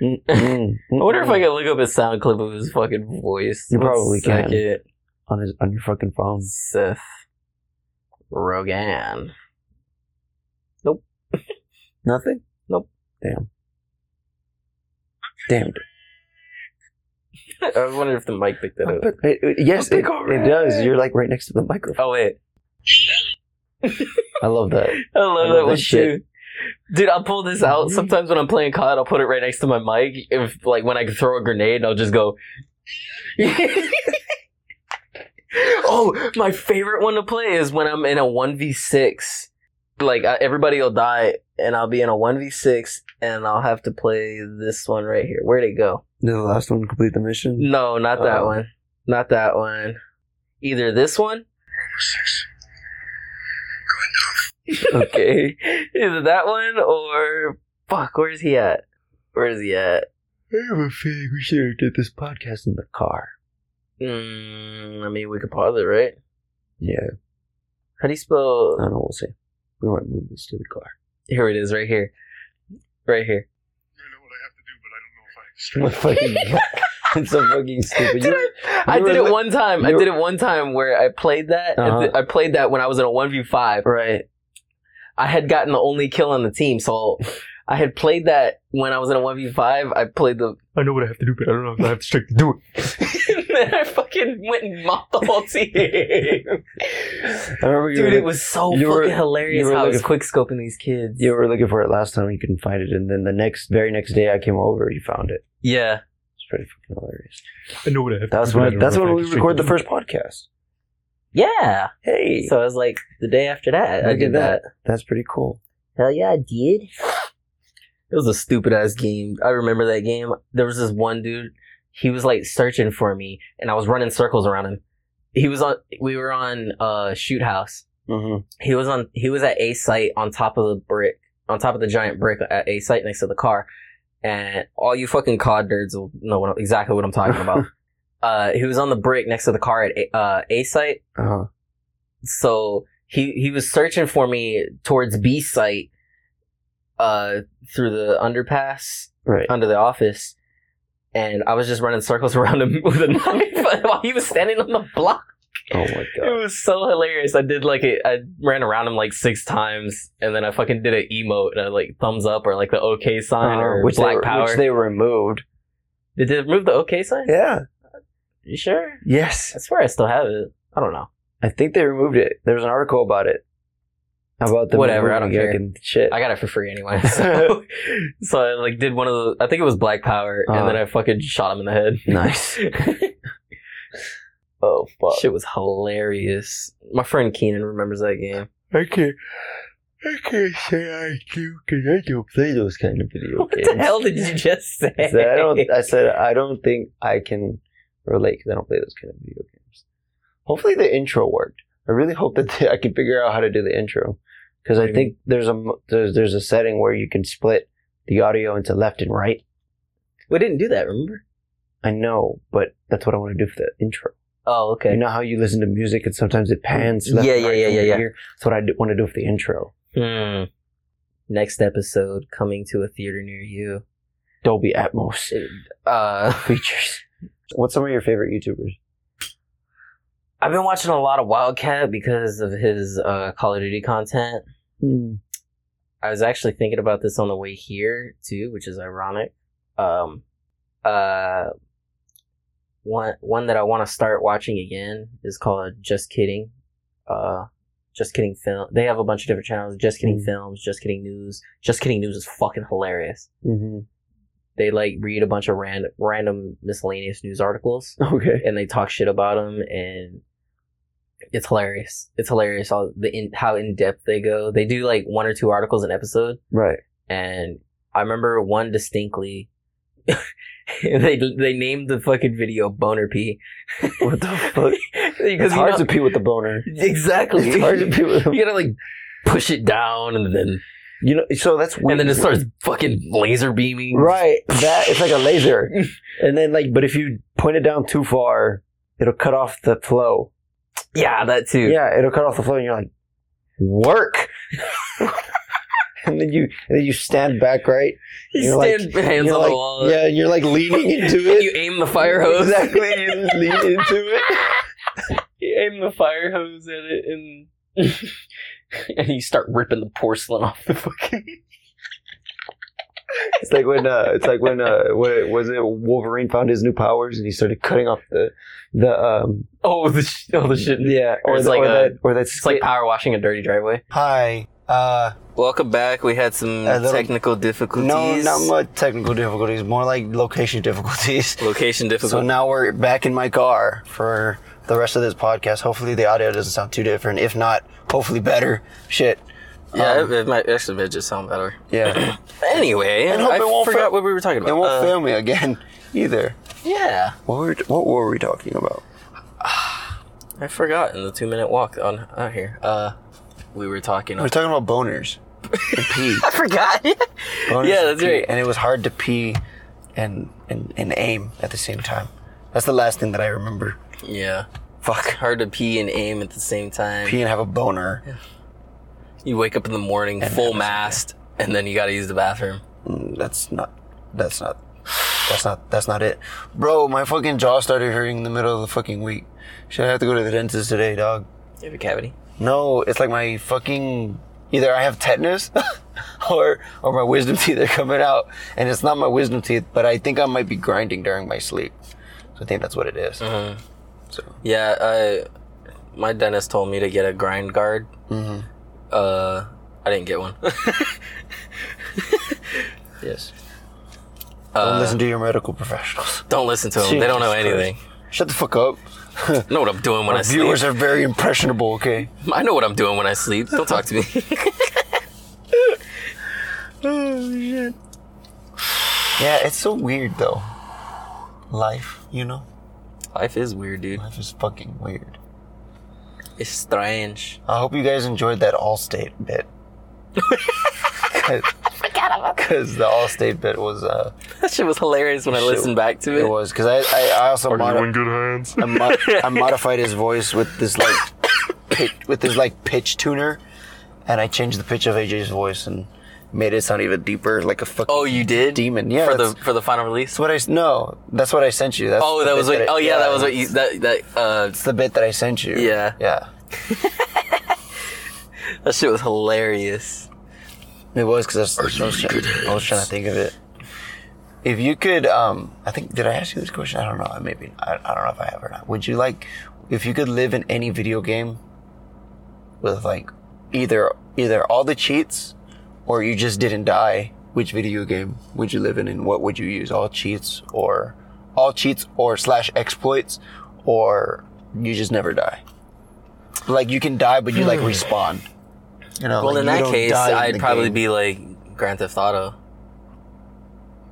S2: Mm, mm, mm,
S1: wonder if
S2: mm.
S1: I could look up his sound clip of his fucking voice.
S2: You probably
S1: One
S2: can.
S1: second.
S2: on his on your fucking phone.
S1: Seth Rogan.
S2: Nothing.
S1: Nope.
S2: Damn. Damn.
S1: I wonder if the mic picked that up.
S2: But it- it- yes,
S1: Up
S2: it,
S1: the
S2: it does.
S1: correct.
S2: You're like right next to the microphone.
S1: Oh wait,
S2: I love that.
S1: I love,
S2: love
S1: that
S2: that
S1: one
S2: shit.
S1: too. Dude, I'll pull this out. Sometimes when I'm playing COD, I'll put it right next to my mic. If like when I can throw a grenade, I'll just go. oh, my favorite one to play is when I'm in a one v six. Like I, everybody will die, and I'll be in a one v six, and I'll have to play this one right here. Where'd it go?
S2: Did the last one complete the mission?
S1: No, not that
S2: Oh.
S1: one. Not that one. Either this one. okay. Either that one or fuck. Where's he at? Where's he at?
S2: I have a feeling we should have did this podcast in the car.
S1: Mm, I mean, we could pause it, right?
S2: Yeah,
S1: How do you
S2: I
S1: spell?
S2: don't know. We'll see. We might move this to the car.
S1: Here it is, right here, right here.
S3: I know what I have to do, but I don't know if I
S2: What fucking? it's so fucking stupid.
S1: Did
S2: You-
S1: I, I
S2: you
S1: did
S2: were
S1: it
S2: li-
S1: one time. I
S2: you were-
S1: did it one time where I played that.
S2: Uh-huh.
S1: I, did- I played that when I was in a one v five.
S2: right.
S1: I had gotten the only kill on the team, so I had played that when I was in a one v five. I played the
S3: I know what I have to do, but I don't know if I have the strength to do it.
S1: and then I fucking went and mopped the whole team.
S2: I remember you,
S1: Dude, it
S2: were,
S1: was so
S2: you
S1: fucking
S2: were-
S1: hilarious
S2: you were
S1: how I was
S2: looking-
S1: quick scoping these kids.
S2: you were looking for it last time. You couldn't find it, and then the next, very next day, I came over. You found it.
S1: Yeah.
S2: It's pretty fucking hilarious.
S3: I know what I have
S2: That's
S3: to do. but I
S2: when.
S3: don't
S2: That's
S3: know if I
S2: when
S3: have
S2: we
S3: strength to
S2: record the
S3: do it.
S2: first podcast.
S1: Yeah.
S2: Hey,
S1: So I was like, the day after that, I
S2: Look at
S1: did that.
S2: that's pretty cool.
S1: Hell yeah, I did. It was a stupid ass game. I remember that game. There was this one dude. He was like searching for me, and I was running circles around him. He was on. We were on uh, shoot house.
S2: Mm-hmm.
S1: He was on. He was at a site on top of the brick, on top of the giant brick at a site next to the car. And all you fucking COD nerds will know what, exactly what I'm talking about. uh, he was on the brick next to the car at a, uh, a site
S2: Uh-huh.
S1: so he he was searching for me towards B site uh through the underpass
S2: Right.
S1: under the office and I was just running circles around him with a knife while he was standing on the block.
S2: Oh my
S1: It
S2: god.
S1: was so hilarious. I did like a, I ran around him like six times and then I fucking did an emote and I like thumbs up or like the OK sign
S2: Uh,
S1: or
S2: which
S1: black
S2: they, were-
S1: power.
S2: Which they removed.
S1: did they remove the OK sign?
S2: Yeah.
S1: You sure?
S2: Yes.
S1: I swear I still have it. I don't know.
S2: I think they removed it. There was an article about it. About the
S1: Whatever, I don't care.
S2: And shit.
S1: I got it for free anyway. So, so I like did one of the. I think it was Black Power,
S2: Uh-huh.
S1: and then I fucking shot him in the head.
S2: Nice. oh fuck.
S1: Shit was hilarious. My friend Keenan remembers that game.
S2: I can't. I can't say I do because I don't play those kind of video
S1: What the hell did you just say?
S2: I said I don't. I said I don't think I can relate because I don't play those kind of video games. Hopefully the intro worked. I really hope that I can figure out how to do the intro because
S1: What do
S2: I
S1: you
S2: think there's a mo- there's, there's a setting where you can split the audio into left and right.
S1: we didn't do that. Remember?
S2: I know, but that's what I want to do for the intro.
S1: Oh, okay.
S2: You know how you listen to music and sometimes it pans. Left
S1: Yeah,
S2: and
S1: yeah,
S2: right
S1: yeah,
S2: from
S1: yeah,
S2: the
S1: yeah.
S2: ear? That's what I want to do with the intro.
S1: Hmm. Next episode coming to a theater near you.
S2: Dolby Atmos
S1: Uh,
S2: features. What's some of your favorite YouTubers?
S1: I've been watching a lot of Wildcat because of his uh, Call of Duty content.
S2: Hmm.
S1: I was actually thinking about this on the way here too, which is ironic. Um, uh, one one that I want to start watching again is called Just Kidding. Uh, Just Kidding Film. They have a bunch of different channels. Just Kidding
S2: Mhm.
S1: Films. Just Kidding News. Just Kidding News is fucking hilarious.
S2: Mm-hmm.
S1: They like read a bunch of random random miscellaneous news articles
S2: Okay.
S1: and they talk shit about him and it's hilarious. It's hilarious all the in, how in depth they go. They do like one or two articles an episode
S2: Right.
S1: and I remember one distinctly. they they named the fucking video "Boner P."
S2: What the fuck?
S1: Because
S2: It's
S1: you
S2: hard
S1: know,
S2: to pee with the boner.
S1: exactly,
S2: It's hard to pee with the
S1: you gotta like push it down and then
S2: You know, so that's weird.
S1: and then it starts fucking laser beaming.
S2: Right. That it's like a laser. and then like but if you point it down too far, it'll cut off the flow.
S1: Yeah, that too.
S2: Yeah, it'll cut off the flow and you're like, work. and then you and then you stand back, right?
S1: you
S2: You're
S1: stand hands
S2: You're
S1: on
S2: like-
S1: the wall.
S2: Yeah, and you're like leaning into
S1: and
S2: it.
S1: you aim the fire hose.
S2: Exactly. You just lean into it.
S1: you aim the fire hose at it and. and you start ripping the porcelain off the fucking.
S2: It's like when uh, it's like when uh, what was it? Wolverine found his new powers and he started cutting off the the um
S1: Oh the sh- oh the shit!
S2: yeah
S1: Or
S2: or,
S1: it's
S2: the-
S1: like
S2: or
S1: a-
S2: that or that
S1: It's like power washing a dirty driveway.
S2: hi uh
S1: Welcome back. We had some
S2: A little-
S1: technical difficulties.
S2: much technical difficulties more like location difficulties
S1: Location
S2: So
S1: difficulties.
S2: now we're back in my car for the rest of this podcast. Hopefully the audio doesn't sound too different. If not, hopefully better. Shit. Um,
S1: yeah, it, it might actually made it sound better.
S2: Yeah.
S1: Anyway, I,
S2: hope it won't
S1: forgot
S2: fail-
S1: what we were talking
S2: It
S1: about.
S2: won't
S1: Uh,
S2: fail me again either.
S1: yeah,
S2: What were, what were we talking about?
S1: I forgot in the two minute walk on out here. Uh, we were talking.
S2: We were talking about boners. And pee.
S1: I forgot.
S2: Boners
S1: yeah,
S2: and
S1: that's
S2: pee.
S1: right.
S2: And it was hard to pee and, and and aim at the same time. That's the last thing that I remember.
S1: Yeah,
S2: Fuck.
S1: hard to pee and aim at the same time.
S2: Pee and have a boner.
S1: You wake up in the morning full mast, and then you gotta use the bathroom.
S2: Mm, That's not that's not that's not that's not it. Bro, my fucking jaw started hurting in the middle of the fucking week. Should I have to go to the dentist today, dog?
S1: You have a cavity.
S2: No, it's like my fucking either I have tetanus or or my wisdom teeth are coming out, and it's not my wisdom teeth, but I think I might be grinding during my sleep. So I think that's what it is. So
S1: Yeah, uh, my dentist told me to get a grind guard. Mm-hmm. Uh, I didn't get one.
S2: yes. Uh, Don't listen to your medical professionals.
S1: Don't listen to them. they don't know
S2: Jesus
S1: anything.
S2: Christ. Shut the fuck up.
S1: I know what I'm doing when I sleep.
S2: Viewers are very impressionable. Okay.
S1: I know what I'm doing when I sleep. Don't talk to me.
S2: Oh shit. Yeah, it's so weird though. Life, you know,
S1: Life is weird, dude.
S2: life is fucking weird.
S1: It's strange.
S2: I hope you guys enjoyed that Allstate bit. Because the Allstate bit was uh,
S1: That shit was hilarious when I
S2: Shit.
S1: listened back to
S2: it
S1: it.
S2: was because I, I I also
S3: Are you in
S2: modi-
S3: good hands?
S2: I, mo- I modified his voice with this like pitch, with this like pitch tuner, and I changed the pitch of AJ's voice and made it sound even deeper, like a fucking
S1: Oh, you did?
S2: demon. Yeah,
S1: for the
S2: that's,
S1: for the final release.
S2: that's what I s- no, that's what I sent you. That's
S1: Oh,
S2: the
S1: that
S2: bit
S1: was what.
S2: I-
S1: Oh yeah, that was what you. That that uh,
S2: It's the bit that I sent you.
S1: Yeah.
S2: yeah.
S1: that shit was hilarious.
S2: It was because I, was- I was trying- I was trying to think of it. If you could, um, I think, did I ask you this question? I don't know. Maybe I, I don't know if I have or not. Would you like, if you could live in any video game with like either either all the cheats or you just didn't die, which video game would you live in and what would you use? All cheats or all cheats or slash exploits or you just never die? Like you can die, but you like respawn. You know,
S1: Well,
S2: like,
S1: in
S2: you
S1: that
S2: don't
S1: case,
S2: die in
S1: I'd
S2: the
S1: probably
S2: game.
S1: be like Grand Theft Auto.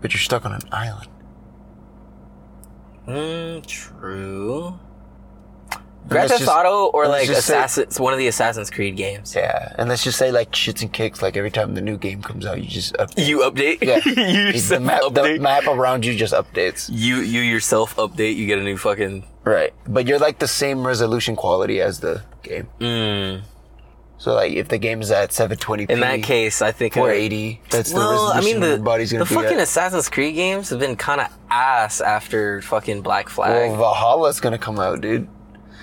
S2: But you're stuck on an island.
S1: Mm, true. Hmm, Grand
S4: let's
S1: Theft
S4: just-
S1: Auto or
S4: let's
S1: like
S4: just say-
S1: Assassin's one of the Assassin's Creed games.
S4: Yeah, and let's just say like shits and kicks. Like every time the new game comes out, you just up-
S1: You update.
S4: Yeah.
S1: you
S4: the
S1: yourself
S4: map. The
S1: update.
S4: map around you just updates.
S1: you you yourself update. You get a new fucking.
S4: Right, but you're like the same resolution quality as the game.
S1: Mm.
S4: So like if the game is at 720p,
S1: In that case, I think.
S4: 480. That's the
S1: well, I mean
S4: resolution
S1: the
S4: everybody's gonna
S1: the
S4: be
S1: fucking
S4: at.
S1: Assassin's Creed games have been kind of ass after fucking Black Flag,
S4: Well, Valhalla's gonna come out, dude.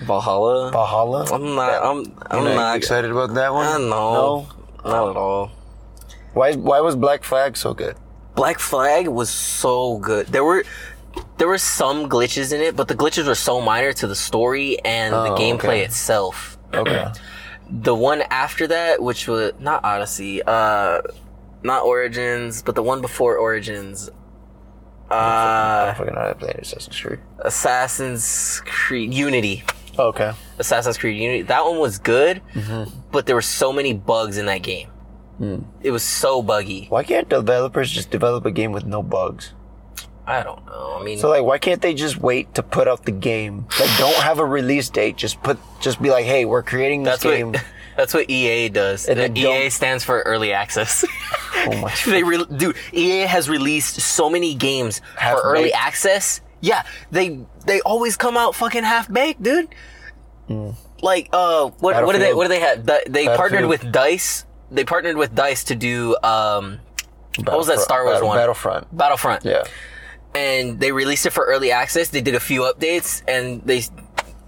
S1: Valhalla.
S4: Valhalla.
S1: I'm not. I'm. I'm
S4: You're
S1: not,
S4: excited about that one.
S1: I don't know. Not at all.
S4: Why? Why was Black Flag so good?
S1: Black Flag was so good. There were there were some glitches in it, but the glitches were so minor to the story and the
S4: Oh,
S1: gameplay
S4: okay.
S1: itself.
S4: Okay.
S1: The one after that, which was not Odyssey, uh, not Origins, but the one before Origins,
S4: I
S1: uh,
S4: don't fucking know how to play Assassin's Creed.
S1: Assassin's Creed Unity.
S4: Okay.
S1: Assassin's Creed Unity. That one was good, but there were so many bugs in that game. It was so buggy.
S4: Why can't developers just develop a game with no bugs?
S1: I don't know. I mean,
S4: So like, why can't they just wait to put out the game? Like, don't have a release date. Just put, just be like, hey, we're creating this
S1: That's
S4: game.
S1: what that's what EA does.
S4: And
S1: And
S4: they
S1: EA
S4: don't-
S1: stands for early access.
S4: oh my.
S1: they re- dude, EA has released so many games
S4: Half
S1: for early
S4: baked.
S1: access. Yeah, they they always come out fucking half baked, dude. Like uh, what what do they
S4: Mm. Battlefield.
S1: what do they have? Di- they partnered
S4: Battlefield.
S1: with Dice. They partnered with Dice to do um, what was that
S4: Battlefront-
S1: Star Wars
S4: Battle-
S1: one?
S4: Battlefront.
S1: Battlefront.
S4: Yeah.
S1: And they released it for early access. They did a few updates, and they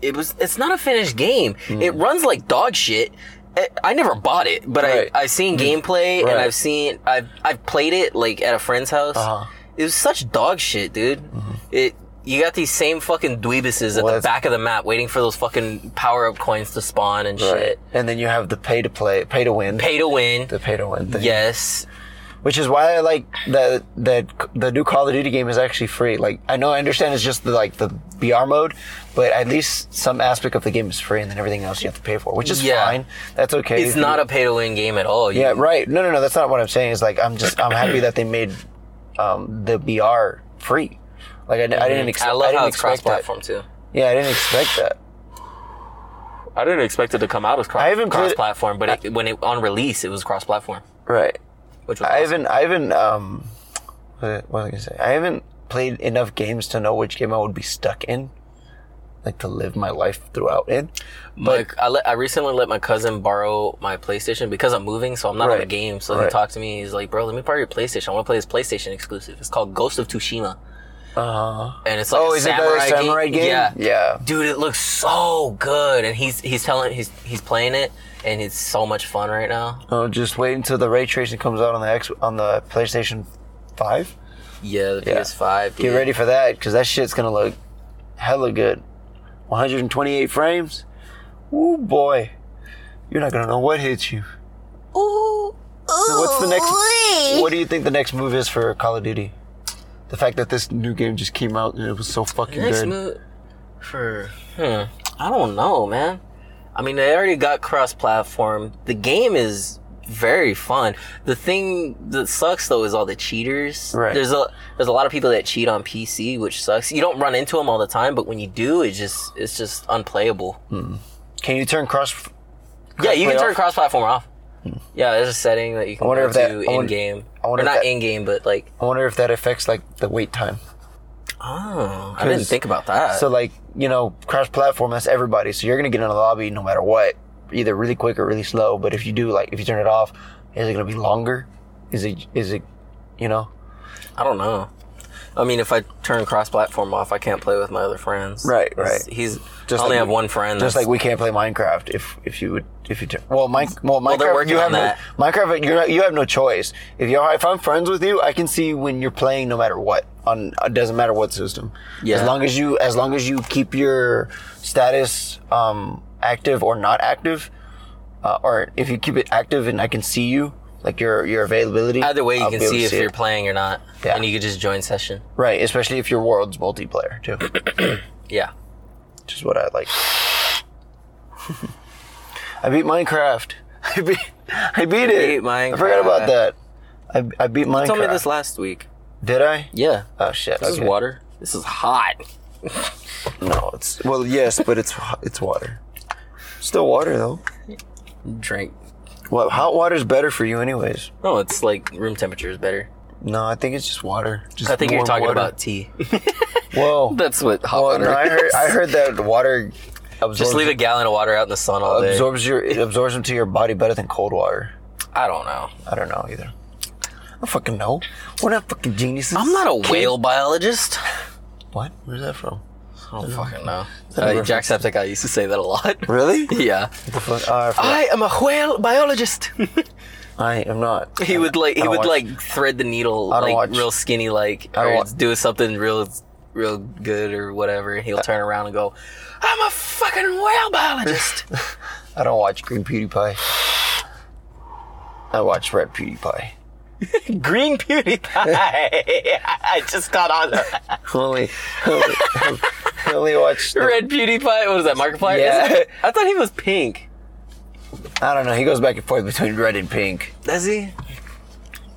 S1: it was it's not a finished game.
S4: Hmm.
S1: It runs like dog shit. I- I never bought it, but
S4: Right. Hmm.
S1: I I've seen gameplay and
S4: Right.
S1: I've seen I've I've played it like at a friend's house.
S4: Uh-huh. Hmm.
S1: It was such dog shit, dude. It you got these same fucking dweebuses at
S4: Well,
S1: the
S4: that's-
S1: back of the map waiting for those fucking power up coins to spawn and
S4: Right.
S1: shit.
S4: And then you have the pay to play, pay to win,
S1: Pay to win.
S4: the pay to win thing.
S1: Yes.
S4: Which is why I like that that the new Call of Duty game is actually free. Like I know I understand it's just the like the BR mode, but at least some aspect of the game is free, and then everything else you have to pay for, which is
S1: Yeah.
S4: fine. That's okay.
S1: It's not a pay to win game at all. You-
S4: Yeah, right. No, no, no. That's not what I'm saying. Is like I'm just I'm happy that they made um, the BR free. Like I, I didn't. Ex-
S1: Mm-hmm. I love
S4: didn't
S1: how it's cross
S4: expect that.
S1: platform too.
S4: Yeah, I didn't expect that.
S1: I didn't expect it to come out as
S4: I
S1: cross,
S4: haven't played
S1: cross
S4: it-
S1: platform, but it, when it on release, it was cross platform,
S4: Right.
S1: which was
S4: I
S1: awesome.
S4: haven't. I haven't. Um, what what was I gonna say? I haven't played enough games to know which game I would be stuck in, like to live my life throughout in.
S1: Like I, let, I recently let my cousin borrow my PlayStation because I'm moving, so I'm not on the
S4: Right.
S1: game. So he
S4: Right.
S1: talked to me. He's like, "Bro, let me borrow your PlayStation. I want to play this PlayStation exclusive. It's called Ghost of Tsushima,
S4: Uh,
S1: and it's like
S4: oh,
S1: a
S4: is it
S1: samurai,
S4: that samurai game?
S1: Yeah,
S4: Yeah.
S1: dude, it looks so good. And he's he's telling he's he's playing it, and it's so much fun right now.
S4: Oh, just wait until the ray tracing comes out on the X on the PlayStation Five.
S1: Yeah, the
S4: Yeah.
S1: PS5.
S4: Get
S1: dude.
S4: ready for that because that shit's gonna look hella good. 128 frames. Ooh boy, you're not gonna know what hits you. So what's the next? What do you think the next move is for Call of Duty? The fact that this new game just came out and it was so fucking
S1: Next
S4: good.
S1: move for hmm, I don't know, man. I mean, they already got cross-platform. The game is very fun. The thing that sucks though is all the cheaters.
S4: Right.
S1: There's a there's a lot of people that cheat on PC, which sucks. You don't run into them all the time, but when you do, it just it's just unplayable.
S4: Can you turn cross?
S1: yeah, you can
S4: cross-play
S1: turn
S4: off?
S1: cross-platform off. Yeah, there's a setting that you can
S4: Hmm. I wonder
S1: go
S4: if that-
S1: to
S4: I wonder-
S1: in game,
S4: I
S1: or
S4: wonder if
S1: not
S4: that-
S1: in game, but like
S4: I wonder if that affects like the wait time.
S1: oh, I didn't
S4: 'Cause-
S1: think about that.
S4: So like you know, cross platform that's everybody. So you're gonna get in a lobby no matter what, either really quick or really slow. But if you do like if you turn it off, is it gonna be longer? Is it is it, you know?
S1: I don't know. I mean, if I turn cross-platform off, I can't play with my other friends.
S4: Right,
S1: He's-
S4: right.
S1: He's
S4: Just
S1: I only
S4: like
S1: have
S4: we-
S1: one friend.
S4: Just like
S1: that's-
S4: we can't play Minecraft if if you would if you turn well, Min, well Minecraft
S1: they're working
S4: you
S1: on
S4: have
S1: that.
S4: No, Minecraft you you have no choice. If you if I'm friends with you, I can see when you're playing no matter what on it doesn't matter what system.
S1: Yeah.
S4: As long as you as long as you keep your status um active or not active, uh, or if you keep it active and I can see you like your your availability.
S1: either way, you
S4: I'll
S1: can
S4: be able
S1: see
S4: to
S1: if
S4: it.
S1: you're playing or not,
S4: Yeah.
S1: and you could just join session.
S4: right, especially if your world's multiplayer too,
S1: Yeah.
S4: which is what I like. I beat Minecraft. I beat I beat it.
S1: beat Minecraft.
S4: I forgot about that. I, I beat Minecraft.
S1: Told me this last week.
S4: Did I?
S1: Yeah.
S4: Oh shit.
S1: This
S4: okay.
S1: is water. This is hot.
S4: No, it's well, yes, but it's it's water. Still water though.
S1: Drink.
S4: Well, hot water's better for you, anyways.
S1: No, it's like room temperature is better.
S4: No, I think it's just water. Just
S1: I think you're
S4: warm
S1: talking
S4: water.
S1: about tea.
S4: Whoa.
S1: That's what hot
S4: well,
S1: water.
S4: no, I heard
S1: is.
S4: I heard that water absorbs
S1: Just leave a gallon of water out in the sun all day.
S4: absorbs your it absorbs into your body better than cold water.
S1: I don't know.
S4: I don't know either. I don't fucking know. We're not fucking geniuses.
S1: I'm not a whale biologist.
S4: What? Where's that from?
S1: I don't fucking know.
S4: a
S1: Uh,
S4: reference?
S1: Jacksepticeye used to say that a lot.
S4: Really?
S1: yeah.
S4: the fuck? Oh, I, forgot.
S1: I am a whale biologist.
S4: I am not.
S1: he would like
S4: I
S1: he
S4: don't
S1: would
S4: watch-
S1: like thread the needle
S4: I don't
S1: like
S4: watch-
S1: real skinny like
S4: I don't
S1: or
S4: wa-
S1: do something real real good or whatever. He'll turn around and go, "I'm a fucking whale biologist."
S4: I don't watch Green PewDiePie. I watch Red PewDiePie.
S1: Green PewDiePie. I just caught on. to that.
S4: I only, I only, I only watch. the-
S1: Red PewDiePie. What is that? Markiplier?
S4: Yeah.
S1: Is it? I thought he was pink.
S4: I don't know. He goes back and forth between red and pink.
S1: Does he?
S4: 'Cause-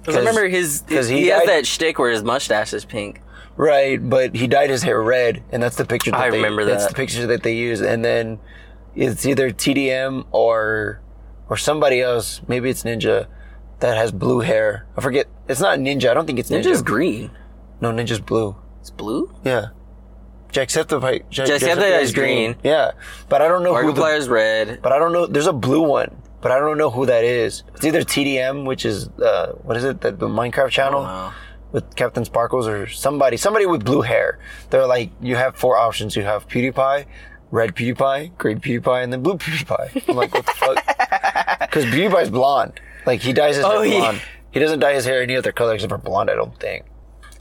S1: Because I remember his.
S4: 'cause he
S1: he has
S4: died-
S1: that shtick where his mustache is pink.
S4: Right, but he dyed his hair red, and that's the picture. That
S1: I
S4: they,
S1: remember
S4: That's
S1: that.
S4: the picture that they use, and then it's either TDM or or somebody else. Maybe it's Ninja that has blue hair. I forget. It's not Ninja. I don't think it's Ninja.
S1: Ninja's green.
S4: no, Ninja's blue.
S1: It's blue.
S4: Yeah. Jacksepticeye. Ja-
S1: Jacksepticeye is green.
S4: Yeah, but I don't know who. The,
S1: Markiplier's red.
S4: but I don't know. There's a blue one, but I don't know who that is. It's either TDM, which is uh, what is it? The, the Minecraft channel
S1: Oh.
S4: with Captain Sparkles or somebody, somebody with blue hair. They're like, you have four options. You have PewDiePie, red PewDiePie, green PewDiePie, and then blue PewDiePie. I'm like, what the fuck? Because PewDiePie's blonde. Like he dyes his
S1: Oh,
S4: hair
S1: yeah.
S4: blonde. He doesn't dye his hair any other color except for blonde. I don't think.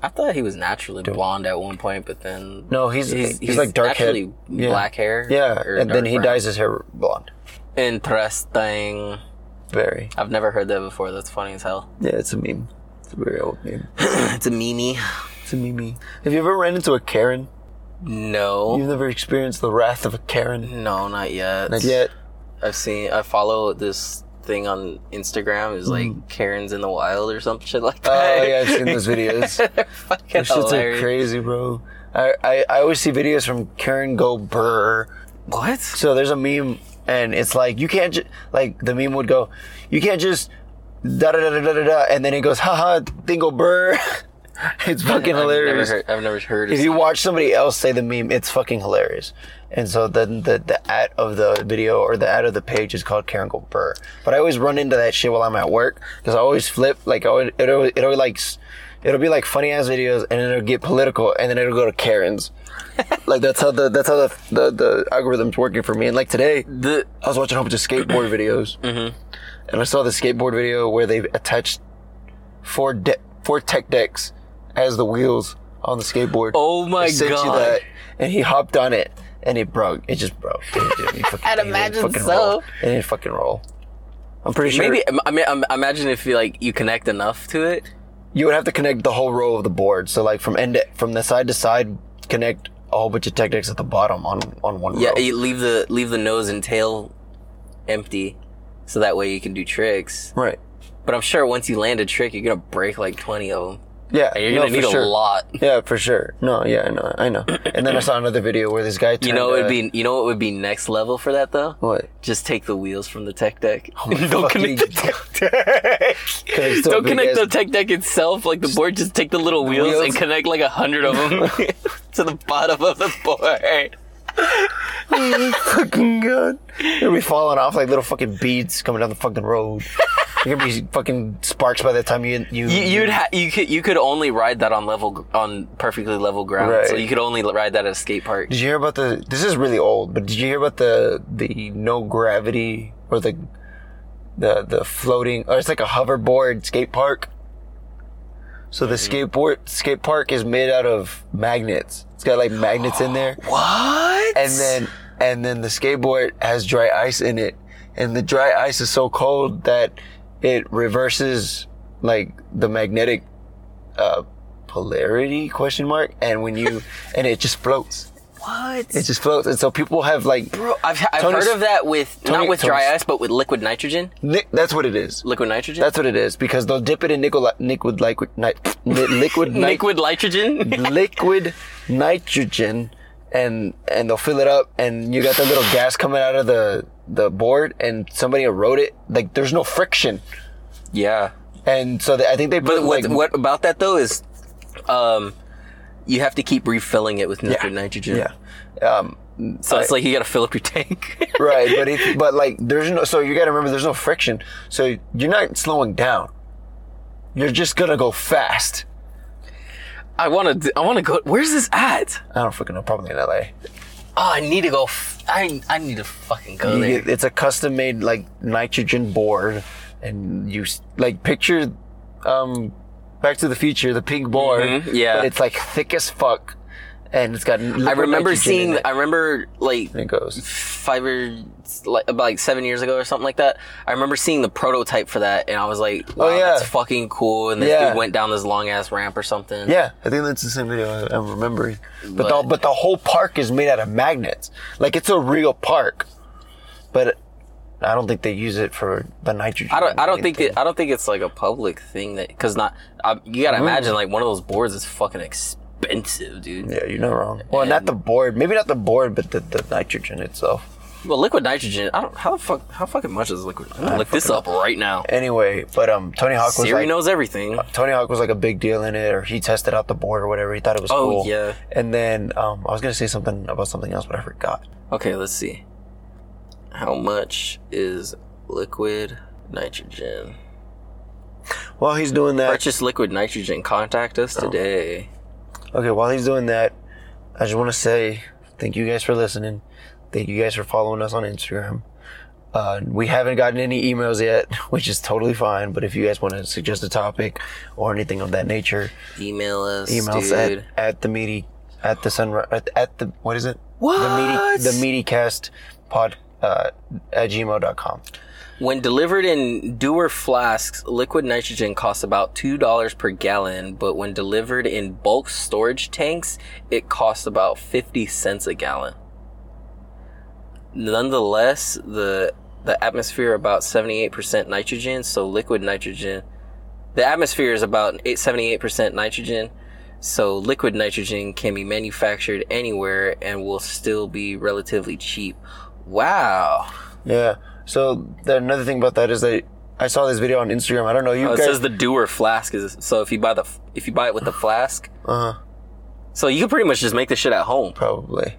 S1: I thought he was naturally blonde at one point, but then
S4: No, he's he's, like dark hair.
S1: naturally
S4: Yeah.
S1: black hair.
S4: Yeah,
S1: or
S4: and then
S1: dark
S4: he
S1: brown.
S4: dyes his hair blonde.
S1: Interesting.
S4: Very.
S1: I've never heard that before. That's funny as hell.
S4: Yeah, it's a meme. It's a very old meme.
S1: it's a meanie.
S4: It's a meme. Have you ever ran into a Karen?
S1: No,
S4: You've never experienced the wrath of a Karen.
S1: no, not yet.
S4: Not yet.
S1: I've seen. I follow this thing on Instagram. It's like Karens in the Wild or some shit like that.
S4: Mm. Oh yeah, I've seen those videos.
S1: They're fucking
S4: Those shits are
S1: hilarious.
S4: crazy, bro. I, I, I always see videos from Karen Go Brr.
S1: what?
S4: So there's a meme, and it's like, you can't just, like, the meme would go, you can't just, da da da da da da, da," and then it goes, haha, Dingle Brr. it's fucking hilarious.
S1: I've never heard. I've never heard
S4: If
S1: of
S4: you watch somebody else say the meme, it's fucking hilarious. And so then the, the ad of the video or the ad of the page is called Karen Go Burr. But I always run into that shit while I'm at work because I always flip like I always, it always, it always like s- it'll be like funny ass videos and then it'll get political and then it'll go to Karens. like that's how the that's how the, the the algorithm's working for me. And like today,
S1: the. Mm-hmm.
S4: I was watching a whole bunch of skateboard videos, and I saw the skateboard video where they attached four de- four tech decks as the wheels on the skateboard.
S1: Oh
S4: I
S1: my
S4: sent you
S1: god!
S4: that, and he hopped on it, and it broke. It just broke. I'd
S1: I'd imagine so.
S4: It didn't fucking roll. I'm pretty sure.
S1: Maybe I mean, I'm- imagine if you like you connect enough to it.
S4: you would have to connect the whole row of the board. So like from end to, from the side to side, connect a whole bunch of tech decks at the bottom on on one
S1: Yeah,
S4: row.
S1: you leave the leave the nose and tail empty, so that way you can do tricks.
S4: right.
S1: But I'm sure once you land a trick, you're gonna break like 20 of them.
S4: Yeah,
S1: And you're
S4: no,
S1: gonna
S4: for
S1: need
S4: sure.
S1: a lot.
S4: Yeah, for sure. No, yeah, I know, I know. And then I saw another video where this guy. Turned,
S1: You know what
S4: uh,
S1: would be you know what would be next level for that though?
S4: what?
S1: Just take the wheels from the tech deck.
S4: fuck,
S1: don't connect the
S4: you-
S1: tech deck.
S4: Connects to a
S1: don't
S4: big
S1: connect
S4: ass-
S1: the tech deck itself, like the board. Just take the little wheels,
S4: wheels.
S1: and connect like a hundred of them to the bottom of the board.
S4: fucking god. You're gonna be falling off like little fucking beads coming down the fucking road. You're gonna be fucking sparks by the time you you.
S1: You, you'd ha- you could you could only ride that on level gr- on perfectly level ground. So
S4: Right.
S1: you could only ride that at a skate park.
S4: Did you hear about the? This is really old, but did you hear about the the no gravity or the the the floating? Or it's like a hoverboard skate park. So the skateboard skate park is made out of magnets. It's got like magnets in there.
S1: What?
S4: and then and then the skateboard has dry ice in it and the dry ice is so cold that it reverses like the magnetic uh polarity question mark and when you and it just floats
S1: what?
S4: it just floats and so people have like
S1: Bro, I've, I've
S4: Tony's-
S1: heard of that with
S4: Tony-
S1: not with dry
S4: Tony's-
S1: ice, but with liquid nitrogen.
S4: ni- that's what it is
S1: Liquid nitrogen.
S4: that's what it is because they'll dip it in nickel liquid liquid ni- liquid ni-
S1: liquid nitrogen.
S4: liquid nitrogen and and they'll fill it up, and you got the little gas coming out of the the board, and somebody wrote it. Like there's no friction,
S1: Yeah.
S4: and so they, I think they put
S1: But what,
S4: like
S1: what about that though is, um, you have to keep refilling it with nitro- nitrogen.
S4: yeah, um,
S1: So it's like you got to fill up your tank.
S4: right. But it, but like there's no so you got to remember there's no friction, so you're not slowing down. You're just gonna go fast.
S1: I want to. I want to go. Where's this at?
S4: I don't freaking know. Probably in LA.
S1: Oh, I need to go. F- I I need to fucking go
S4: You
S1: there.
S4: get- it's a custom made like nitrogen board, and you s- like picture, um, Back to the Future, the pink board.
S1: Mhm, yeah.
S4: but it's like thick as fuck, and it's got.
S1: I remember seeing.
S4: It.
S1: I remember like
S4: And it goes.
S1: five or like about like seven years ago or something like that. I remember seeing the prototype for that, and I was like, "Wow,
S4: Oh, yeah.
S1: that's fucking cool!" And this
S4: Yeah.
S1: dude went down this long ass ramp or something.
S4: Yeah, I think that's the same video I- I'm remembering. But the,
S1: But-
S4: but the whole park is made out of magnets. Like it's a real park, but I don't think they use it for the nitrogen.
S1: I don't. I don't
S4: or
S1: think.
S4: anything.
S1: It, I don't think it's like a public thing that because not. I, you
S4: Mm-hmm.
S1: gotta imagine like one of those boards is fucking expensive, dude.
S4: Yeah, you're not wrong. Well, not the board. Maybe not the board, but the, the nitrogen itself.
S1: Well, liquid nitrogen. I don't. How the fuck? How fucking much is liquid? I'm gonna look this up right now.
S4: Anyway, but um, Tony Hawk was
S1: Siri
S4: like,
S1: knows everything.
S4: Tony Hawk was like a big deal in it, or he tested out the board or whatever. He thought it was
S1: Oh,
S4: cool.
S1: yeah.
S4: And then um, I was gonna say something about something else, but I forgot.
S1: Okay, let's see. How much is liquid nitrogen?
S4: While he's doing that,
S1: Purchase liquid nitrogen. Contact
S4: Oh.
S1: us today.
S4: okay. While he's doing that, I just want to say thank you guys for listening. Thank you guys for following us on Instagram. Uh, we haven't gotten any emails yet, which is totally fine. But if you guys want to suggest a topic or anything of that nature,
S1: Email us,
S4: email us
S1: dude.
S4: at, at the meaty at the sunrise at, at the what is it what the meaty the meaty cast pod uh, at gmail.com
S1: When delivered in Dewar flasks, liquid nitrogen costs about $2 per gallon, but when delivered in bulk storage tanks, it costs about 50 cents a gallon. Nonetheless, the the atmosphere about 78% nitrogen, so liquid nitrogen the atmosphere is about eight- 78% nitrogen, so liquid nitrogen can be manufactured anywhere and will still be relatively cheap. Wow.
S4: yeah so the, another thing about that is that i saw this video on instagram i don't know you
S1: Oh, it
S4: guys
S1: says the doer flask is so if you buy the if you buy it with the flask,
S4: uh,
S1: so you can pretty much just make this shit at home.
S4: probably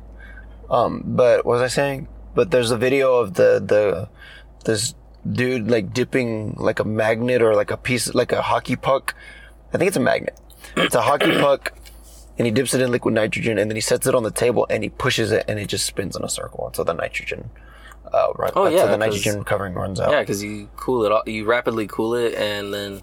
S4: um but what was i saying but there's a video of the the this dude like dipping like a magnet or like a piece like a hockey puck i think it's a magnet it's a hockey puck and he dips it in liquid nitrogen and then he sets it on the table and he pushes it and it just spins in a circle until the nitrogen uh, run,
S1: Oh,
S4: until
S1: yeah,
S4: the
S1: 'cause-
S4: nitrogen covering runs out
S1: Yeah, because you cool it, off, you rapidly cool it, and then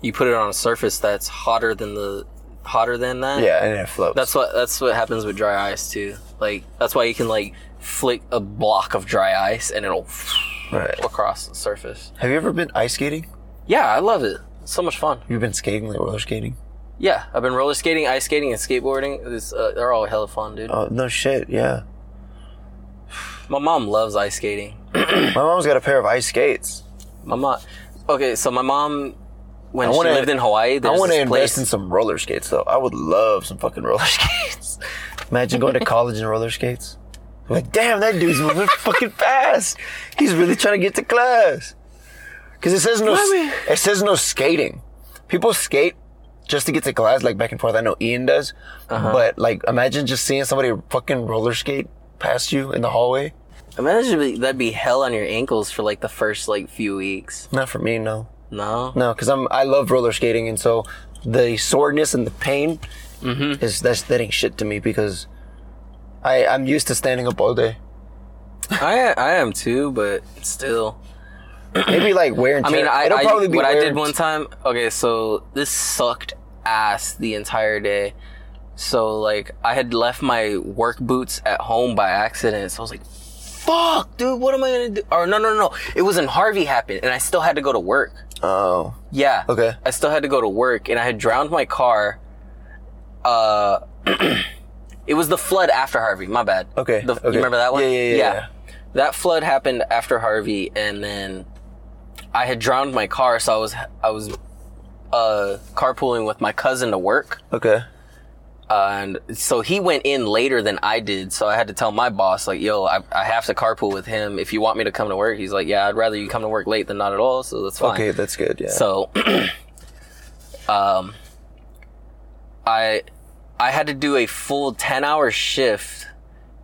S1: you put it on a surface that's hotter than the hotter than that.
S4: Yeah, and it floats
S1: that's what that's what happens with dry ice too. Like that's why you can like flick a block of dry ice and it'll
S4: right
S1: across the surface.
S4: have you ever been ice skating
S1: Yeah, I love it. It's so much fun.
S4: you've been skating like roller skating
S1: Yeah, I've been roller skating, ice skating, and skateboarding. It's, uh, they're all hella fun, dude.
S4: oh no shit yeah
S1: My mom loves ice skating.
S4: my mom's got a pair of ice skates
S1: My mom. Okay, so my mom, when
S4: I
S1: she
S4: wanna-
S1: lived in Hawaii,
S4: I
S1: there's
S4: want to
S1: this
S4: invest
S1: place.
S4: in some roller skates, though. I would love some fucking roller skates. Imagine going to college in roller skates. Like, damn, that dude's moving fucking fast. He's really trying to get to class. Because it says no, it says no skating. People skate just to get to class, like back and forth. I know Ian does,
S1: Uh-huh.
S4: but like, imagine just seeing somebody fucking roller skate past you in the hallway.
S1: Imagine be- that'd be hell on your ankles for like the first like few weeks.
S4: Not for me, no.
S1: No,
S4: No, because I'm I love roller skating, and so the soreness and the pain
S1: Mm-hmm.
S4: is that's that ain't shit to me because I I'm used to standing up all day.
S1: I I am too, but still.
S4: Maybe like wear and
S1: I
S4: tear.
S1: mean, I,
S4: it'll
S1: I
S4: probably be
S1: what I
S4: wear
S1: did
S4: and-
S1: one time. Okay, so this sucked ass the entire day. So like, I had left my work boots at home by accident. So I was like, "Fuck, dude, what am I gonna do?" Or no, no, no, it was in Harvey happened, and I still had to go to work.
S4: Oh,
S1: Yeah.
S4: okay.
S1: I still had to go to work, and I had drowned my car. Uh, it was the flood after Harvey. My bad.
S4: Okay,
S1: The,
S4: okay.
S1: You remember that one?
S4: Yeah, yeah, yeah, yeah.
S1: That flood happened after Harvey, and then I had drowned my car, so I was I was uh, carpooling with my cousin to work.
S4: Okay.
S1: and so he went in later than I did. So I had to tell my boss, like, yo, I, I have to carpool with him. If you want me to come to work, he's like, yeah, I'd rather you come to work late than not at all. So that's fine.
S4: Okay, that's good. Yeah.
S1: So, um, I I had to do a full ten hour shift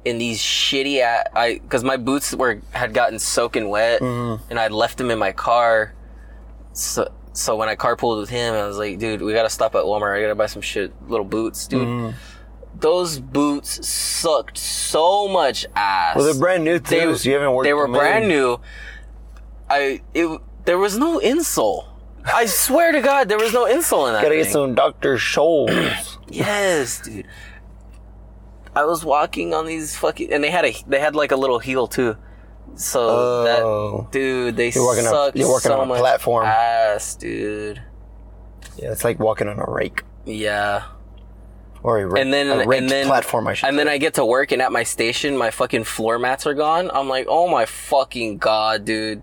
S1: in these shitty a- I because my boots were had gotten soaking wet
S4: Mm-hmm.
S1: and I'd left them in my car. So so when I carpooled with him, I was like, dude, we gotta stop at Walmart. I gotta buy some shit, little boots, dude.
S4: Mm-hmm.
S1: Those boots sucked so much ass
S4: well, they're brand new too.
S1: they,
S4: so you haven't worked.
S1: they were
S4: them in.
S1: brand new. I it there was no insole. I swear to God, there was no insole in that.
S4: Gotta get
S1: thing.
S4: some Dr. Scholl's.
S1: Yes, dude. I was walking on these fucking, and they had a they had like a little heel too. So
S4: Oh.
S1: that dude, they
S4: You're walking on-
S1: sucked
S4: you're walking
S1: so
S4: on a
S1: much
S4: platform.
S1: ass, dude.
S4: yeah, it's like walking on a rake
S1: Yeah.
S4: or a rake.
S1: And then-
S4: a raked
S1: and then-
S4: platform. I should.
S1: And then I get to work, and at my station, my fucking floor mats are gone. I'm like, oh my fucking god, dude.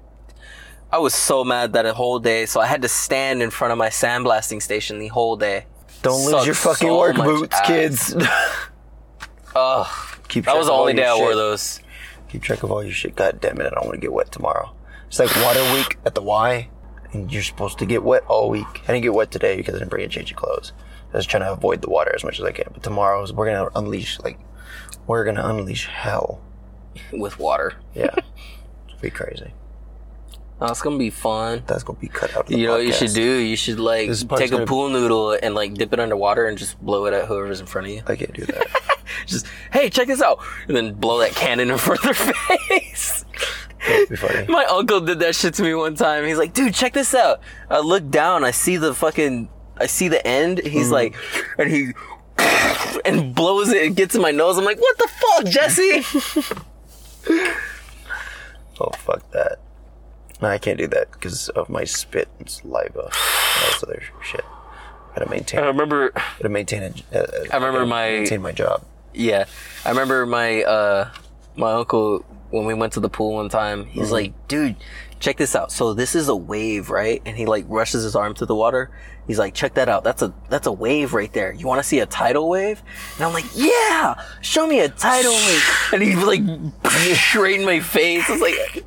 S1: I was so mad that a whole day, so I had to stand in front of my sandblasting station the whole day.
S4: don't lose
S1: sucked
S4: your fucking
S1: so
S4: work
S1: much
S4: boots,
S1: ass.
S4: kids.
S1: Ugh.
S4: Keep
S1: That
S4: track
S1: was the
S4: of all
S1: only
S4: your
S1: day I
S4: shit.
S1: wore those.
S4: Keep track of all your shit. God damn it! I don't want to get wet tomorrow. It's like water week at the Y, and you're supposed to get wet all week. I didn't get wet today because I didn't bring a change of clothes. I was trying to avoid the water as much as I can. But tomorrow's we're gonna unleash like we're gonna unleash hell.
S1: With water.
S4: Yeah, it's be crazy.
S1: That's gonna be fun.
S4: That's gonna be cut out. Of the
S1: You know what you should
S4: podcast.
S1: do? You should like
S4: This part's
S1: take a
S4: gonna-
S1: pool noodle and like dip it underwater and just blow it at whoever's in front of you.
S4: I can't do that.
S1: Just, hey, check this out. And then blow that cannon in front of their face.
S4: That'd be funny.
S1: My uncle did that shit to me one time. He's like, dude, check this out. I look down, I see the fucking, I see the end. He's like, and he, and blows it and gets in my nose. I'm like, what the fuck, Jesse?
S4: Oh fuck that. No, I can't do that because of my spit and saliva and all this other shit. Gotta maintain.
S1: I remember,
S4: gotta maintain. A, a, a,
S1: Um, I remember
S4: gotta
S1: my-
S4: maintain my job.
S1: yeah, I remember my, uh, my uncle, when we went to the pool one time, he's like, dude, check this out. So this is a wave, right? And he like rushes his arm through the water. He's like, check that out. That's a, that's a wave right there. You want to see a tidal wave? And I'm like, yeah, show me a tidal wave. And he like straight in my face. I was like,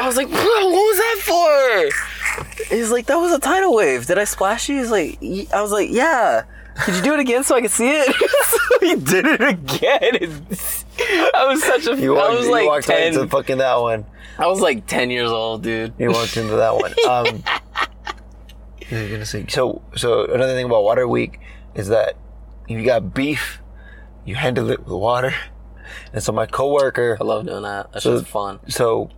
S1: I was like, what was that for? He's like, that was a tidal wave. Did I splash you? He's like, "Y-" I was like, yeah. Could you do it again so I could see it? so he did it again. I was such a.
S4: You walked,
S1: I was
S4: you
S1: like
S4: walked right
S1: 10.
S4: into fucking that one.
S1: I was like 10 years old, dude.
S4: You walked into that one. Um, you're gonna say so. So another thing about Water Week is that if you got beef, you handle it with water. And so my coworker,
S1: I love doing that. That's
S4: So-
S1: just fun.
S4: so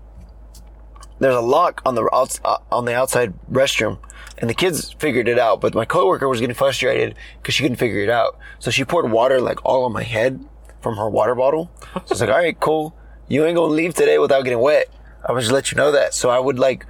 S4: there's a lock on the outs- uh, on the outside restroom, and the kids figured it out. But my coworker was getting frustrated because she couldn't figure it out. So she poured water like all on my head from her water bottle. So I was like, "All right, cool. You ain't gonna leave today without getting wet." I would just let you know that. So I would like,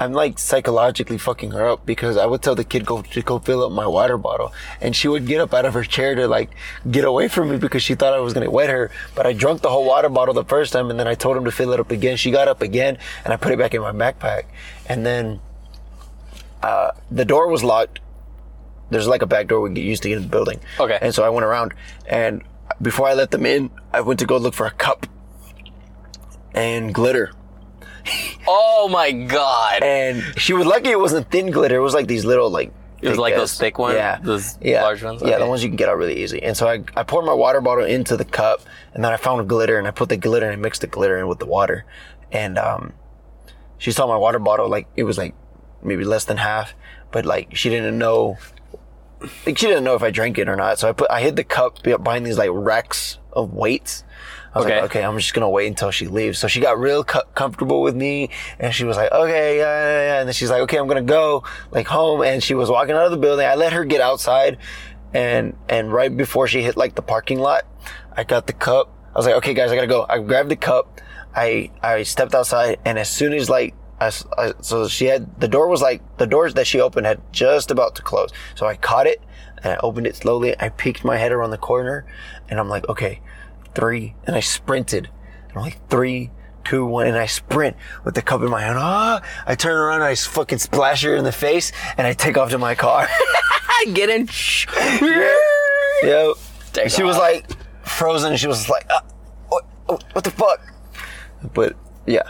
S4: I'm like psychologically fucking her up because I would tell the kid go to go fill up my water bottle, and she would get up out of her chair to like get away from me because she thought I was gonna wet her. But I drunk the whole water bottle the first time, and then I told him to fill it up again. She got up again, and I put it back in my backpack, and then uh, the door was locked. There's like a back door we get used to get in the building.
S1: Okay.
S4: And so I went around, and before I let them in, I went to go look for a cup and glitter.
S1: Oh my god.
S4: And she was lucky it wasn't thin glitter. It was like these little like.
S1: It was like those thick ones?
S4: Yeah.
S1: Those
S4: yeah.
S1: large ones?
S4: Yeah,
S1: Okay.
S4: the ones you can get out really easy. And so I, I poured my water bottle into the cup, and then I found glitter, and I put the glitter and I mixed the glitter in with the water. And um, she saw my water bottle, like, it was like maybe less than half, but like she didn't know. Like, she didn't know if I drank it or not. So I put, I hid the cup behind these like racks of weights. I was
S1: Okay.
S4: like, okay, I'm just gonna wait until she leaves. So she got real co- comfortable with me, and she was like, okay, yeah, yeah, yeah. And then she's like, okay, I'm gonna go like home. And she was walking out of the building. I let her get outside, and and right before she hit like the parking lot, I got the cup. I was like, okay, guys, I gotta go. I grabbed the cup. I I stepped outside, and as soon as like I, s- I- so she had the door was like the doors that she opened had just about to close. So I caught it and I opened it slowly. I peeked my head around the corner, and I'm like, okay, three, and I sprinted. And I'm like three, two, one, and I sprint with the cup in my hand. Ah! I turn around, and I s- fucking splash her in the face, and I take off to my car.
S1: Getting. sh-
S4: Yep.
S1: Take
S4: she was
S1: off.
S4: like frozen. She was just like, ah, what, what the fuck? But yeah,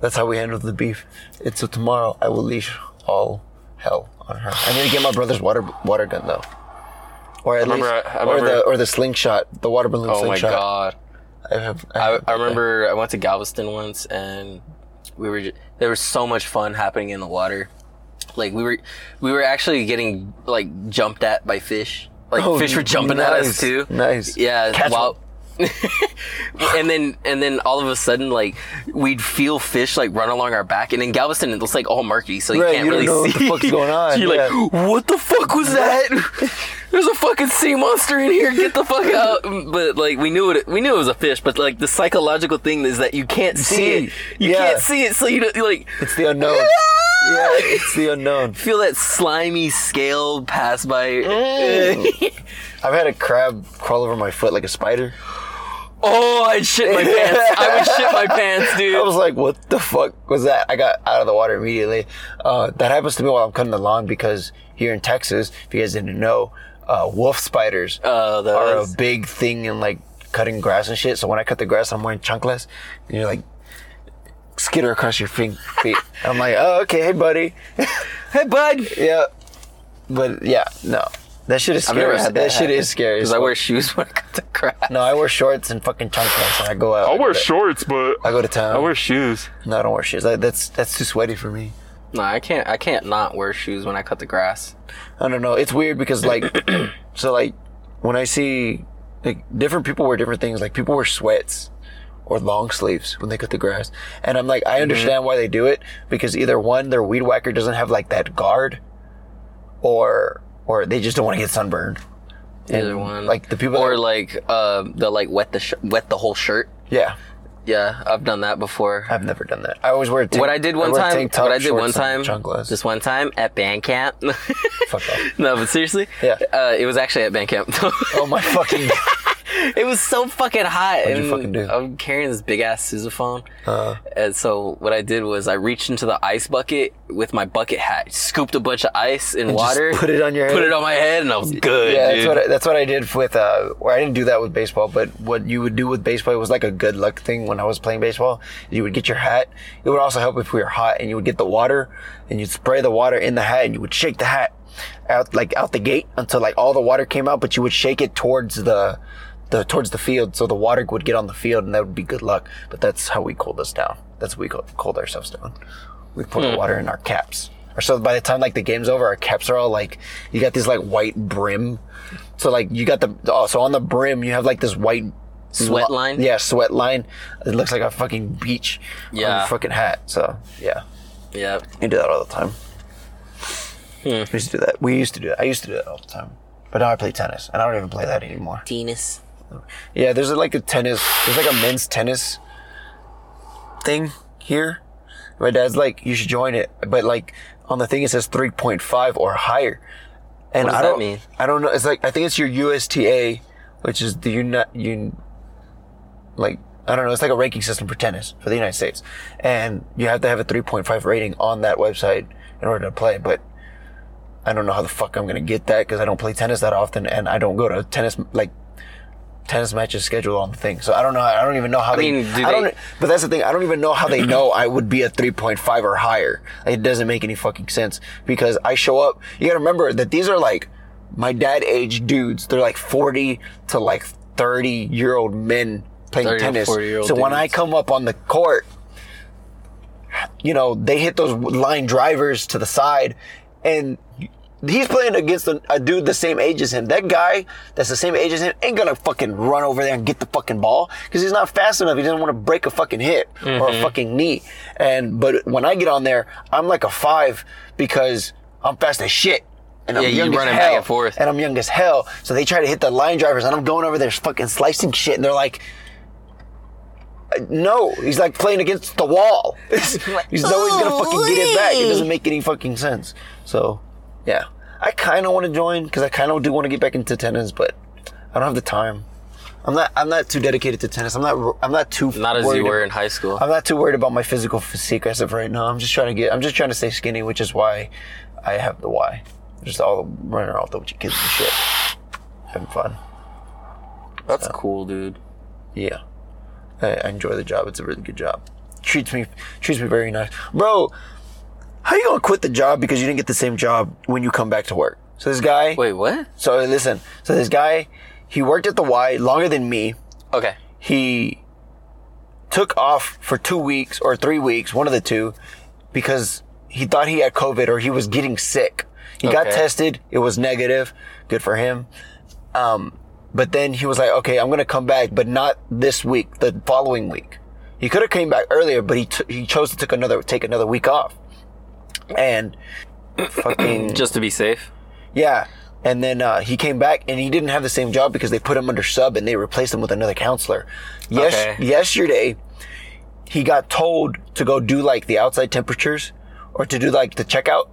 S4: that's how we handled the beef. And so tomorrow I will leash all hell on her. I need to get my brother's water water gun though, or at
S1: remember-
S4: least,
S1: I
S4: or the
S1: remember-
S4: or the slingshot, the water balloon
S1: Oh my
S4: slingshot.
S1: god.
S4: I have.
S1: I,
S4: have-
S1: I remember I went to Galveston once and we were just, there was so much fun happening in the water. Like we were we were actually getting like jumped at by fish. Like
S4: Oh,
S1: fish were jumping at us
S4: nice,
S1: too.
S4: Nice.
S1: Yeah.
S4: Catch
S1: wow. and then and then all of a sudden like we'd feel fish like run along our back and in Galveston it looks like all murky so you
S4: Right,
S1: can't
S4: you
S1: really
S4: don't know what
S1: see
S4: the fuck's going on,
S1: So you're like what the fuck was that there's a fucking sea monster in here get the fuck out but like we knew it we knew it was a fish but like the psychological thing is that you can't see,
S4: See,
S1: it you
S4: yeah.
S1: can't see it so you don't you like
S4: It's the unknown. yeah, it's the unknown.
S1: feel that slimy scale pass by Mm.
S4: I've had a crab crawl over my foot like a spider.
S1: oh I'd shit my pants I would shit my pants dude
S4: I was like, what the fuck was that? I got out of the water immediately. Uh, that happens to me while I'm cutting the lawn because here in Texas, if you guys didn't know, uh, wolf spiders
S1: uh, that
S4: are
S1: was-
S4: a big thing in like cutting grass and shit. So when I cut the grass, I'm wearing chunkless. And you're like, skitter across your fin- feet. I'm like, oh, okay, hey, buddy.
S1: hey bud
S4: Yeah. But yeah, no. That shit is
S1: I've
S4: scary.
S1: never had that.
S4: that shit is scary.
S1: Because I wear shoes when I cut the grass.
S4: No, I wear shorts and fucking chunkless and I go out.
S5: I wear
S4: But
S5: shorts, but
S4: I go to town.
S5: I wear shoes.
S4: no, I don't wear shoes. That- that's that's too sweaty for me.
S1: No, I can't. I can't not wear shoes when I cut the grass.
S4: I don't know. It's weird because like, so like, when I see like different people wear different things. Like people wear sweats or long sleeves when they cut the grass, and I'm like,
S5: Mm-hmm.
S4: I understand why they do it because either one, their weed whacker doesn't have like that guard, or or they just don't want to get sunburned.
S1: Either one,
S4: Like the people,
S1: or
S4: that,
S1: like uh, the like wet the sh- wet the whole shirt.
S4: yeah,
S1: Yeah, I've done that before.
S4: I've never done that. I always wear a tank,
S1: what I did one
S4: wear
S1: time,
S4: tank top,
S1: what I did
S4: shorts,
S1: one
S4: and
S1: time,
S4: chunkless.
S1: just one time at band camp. no,
S4: fuck off.
S1: but seriously,
S4: Yeah.
S1: uh, it was actually at band camp.
S4: Oh my fucking!
S1: it was so fucking hot.
S4: What'd you
S1: and
S4: fucking do?
S1: I'm carrying this big ass sousaphone,
S4: Uh,
S1: and so what I did was I reached into the ice bucket with my bucket hat, scooped a bunch of ice and,
S4: just
S1: water,
S4: put it on your
S1: put
S4: head.
S1: it on my head, and I was good.
S4: Yeah,
S1: dude.
S4: that's what I, that's what I did with. Uh, or I didn't do that with baseball, but what you would do with baseball was like a good luck thing. When I was playing baseball, you would get your hat. It would also help if we were hot, and you would get the water, and you'd spray the water in the hat, and you would shake the hat out like out the gate until like all the water came out. But you would shake it towards the the towards the field, so the water would get on the field, and that would be good luck. But that's how we cooled us down. That's how we co- cooled ourselves down. We put
S1: Hmm.
S4: the water in our caps. Or so by the time like the game's over, our caps are all like you got this like white brim. So like you got the oh, so on the brim you have like this white
S1: Sweat
S4: lo-
S1: line?
S4: Yeah, sweat line. It looks like a fucking beach. on your
S1: Yeah.
S4: fucking hat. So yeah,
S1: yeah.
S4: you do that all the time. We used to do that. We used to do that. I used to do that all the time. But now I play tennis, and I don't even play that anymore.
S1: Penis.
S4: Yeah, there's like a tennis. There's like a men's tennis thing here. My dad's like, you should join it, but like on the thing it says 3.5 or higher. And
S1: What does
S4: I
S1: that
S4: don't,
S1: mean?
S4: I don't know. It's like I think it's your USTA, which is the Uni- un, like I don't know. It's like a ranking system for tennis for the United States, and you have to have a 3.5 rating on that website in order to play. But I don't know how the fuck I'm gonna get that because I don't play tennis that often, and I don't go to tennis like tennis matches scheduled on the thing. So I don't know. I don't even know how they.
S1: mean, do
S4: I don't,
S1: they-
S4: but that's the thing. I don't even know how they know I would be a 3.5 or higher. Like, it doesn't make any fucking sense because I show up. You gotta remember that these are like my dad age dudes. They're like 40 to like 30 year old men playing
S1: 30 to
S4: tennis. So
S1: 40-year-old
S4: when I
S1: dudes.
S4: come up on the court, you know, they hit those line drivers to the side and he's playing against a, a dude the same age as him. That guy that's the same age as him ain't gonna fucking run over there and get the fucking ball because he's not fast enough. He doesn't want to break a fucking hip or
S1: Mm-hmm.
S4: a fucking knee. And but when I get on there, I'm like a five because I'm fast as shit. And I'm
S1: Yeah, you
S4: young as
S1: running back
S4: hell,
S1: and forth.
S4: And I'm young as hell. So they try to hit the line drivers, and I'm going over there fucking slicing shit. And they're like, "Uh, no, he's like playing against the wall. he's always gonna fucking get it back. It doesn't make any fucking sense. So, yeah, I kind of want to join because I kind of do want to get back into tennis, but I don't have the time. I'm not. I'm not too dedicated to tennis. I'm not. I'm not too.
S1: Not as
S4: worried
S1: you were
S4: ab-
S1: in high school.
S4: I'm not too worried about my physical physique as of right now. I'm just trying to get. I'm just trying to stay skinny, which is why I have the Y. Just all running around with a bunch of kids and shit. Having fun.
S1: That's cool, dude.
S4: Yeah. I, I enjoy the job. It's a really good job. Treats me treats me very nice. Bro, how you gonna quit the job because you didn't get the same job when you come back to work? So this guy
S1: Wait, what?
S4: so listen, so this guy, he worked at the Y longer than me.
S1: Okay.
S4: he took off for two weeks or three weeks, one of the two, because he thought he had COVID or he was getting sick. He got
S1: Okay.
S4: tested, it was negative. Good for him. Um, but then he was like, okay, I'm going to come back, but not this week, the following week. He could have came back earlier, but he, t- he chose to took another, take another week off. And fucking
S1: Just to be safe.
S4: yeah. And then uh, he came back and he didn't have the same job because they put him under sub and they replaced him with another counselor. Yes,
S1: Okay.
S4: yesterday he got told to go do like the outside temperatures or to do like the checkout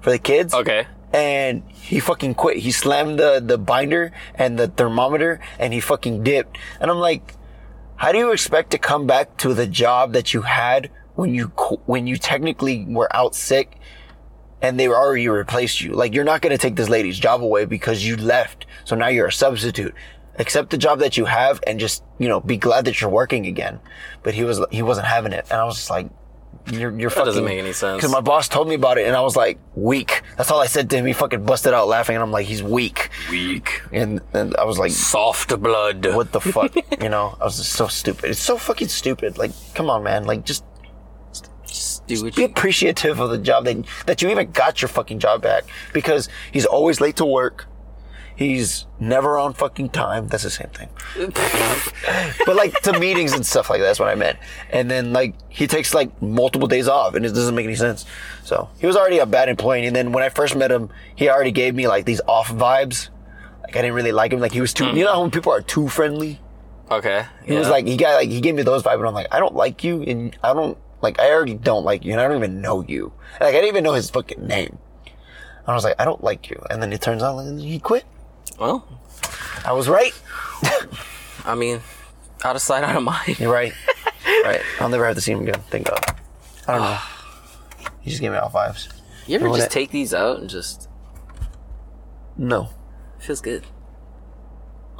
S4: for the kids.
S1: Okay.
S4: And he fucking quit. He slammed the the binder and the thermometer and he fucking dipped. And I'm like, how do you expect to come back to the job that you had when you qu- when you technically were out sick and they already replaced you. Like you're not gonna take this lady's job away because you left. So now you're a substitute. Accept the job that you have and just, you know, be glad that you're working again. But he was he wasn't having it. And I was just like, You're you're
S1: That
S4: fucking
S1: doesn't make any sense.
S4: because my boss told me about it and I was like, weak. That's all I said to him. He fucking busted out laughing and I'm like, he's weak.
S1: Weak.
S4: And, and I was like,
S1: Soft blood.
S4: what the fuck? you know, I was just so stupid. It's so fucking stupid. Like, come on, man. Like, just
S1: Just do what
S4: be
S1: you-
S4: appreciative of the job that, that you even got your fucking job back because he's always late to work. He's never on fucking time. That's the same thing. but like to meetings and stuff like that, that's what I meant. And then like he takes like multiple days off and it doesn't make any sense. So he was already a bad employee. And then when I first met him, he already gave me like these off vibes. Like I didn't really like him. Like he was too, you know how when people are too friendly?
S1: Okay.
S4: He was like, he got like, he gave me those vibes, and I'm like, I don't like you, and I don't like, I already don't like you, and I don't even know you. Like, I didn't even know his fucking name. And I was like, I don't like you, and then it turns out like, he quit.
S1: well,
S4: I was right.
S1: I mean, out of sight, out of mind.
S4: You're right. right. I'll never have to see him again. Thank God. I don't know. he just gave me all vibes.
S1: You ever
S4: Well,
S1: just
S4: that-
S1: take these out and just
S4: No.
S1: feels good.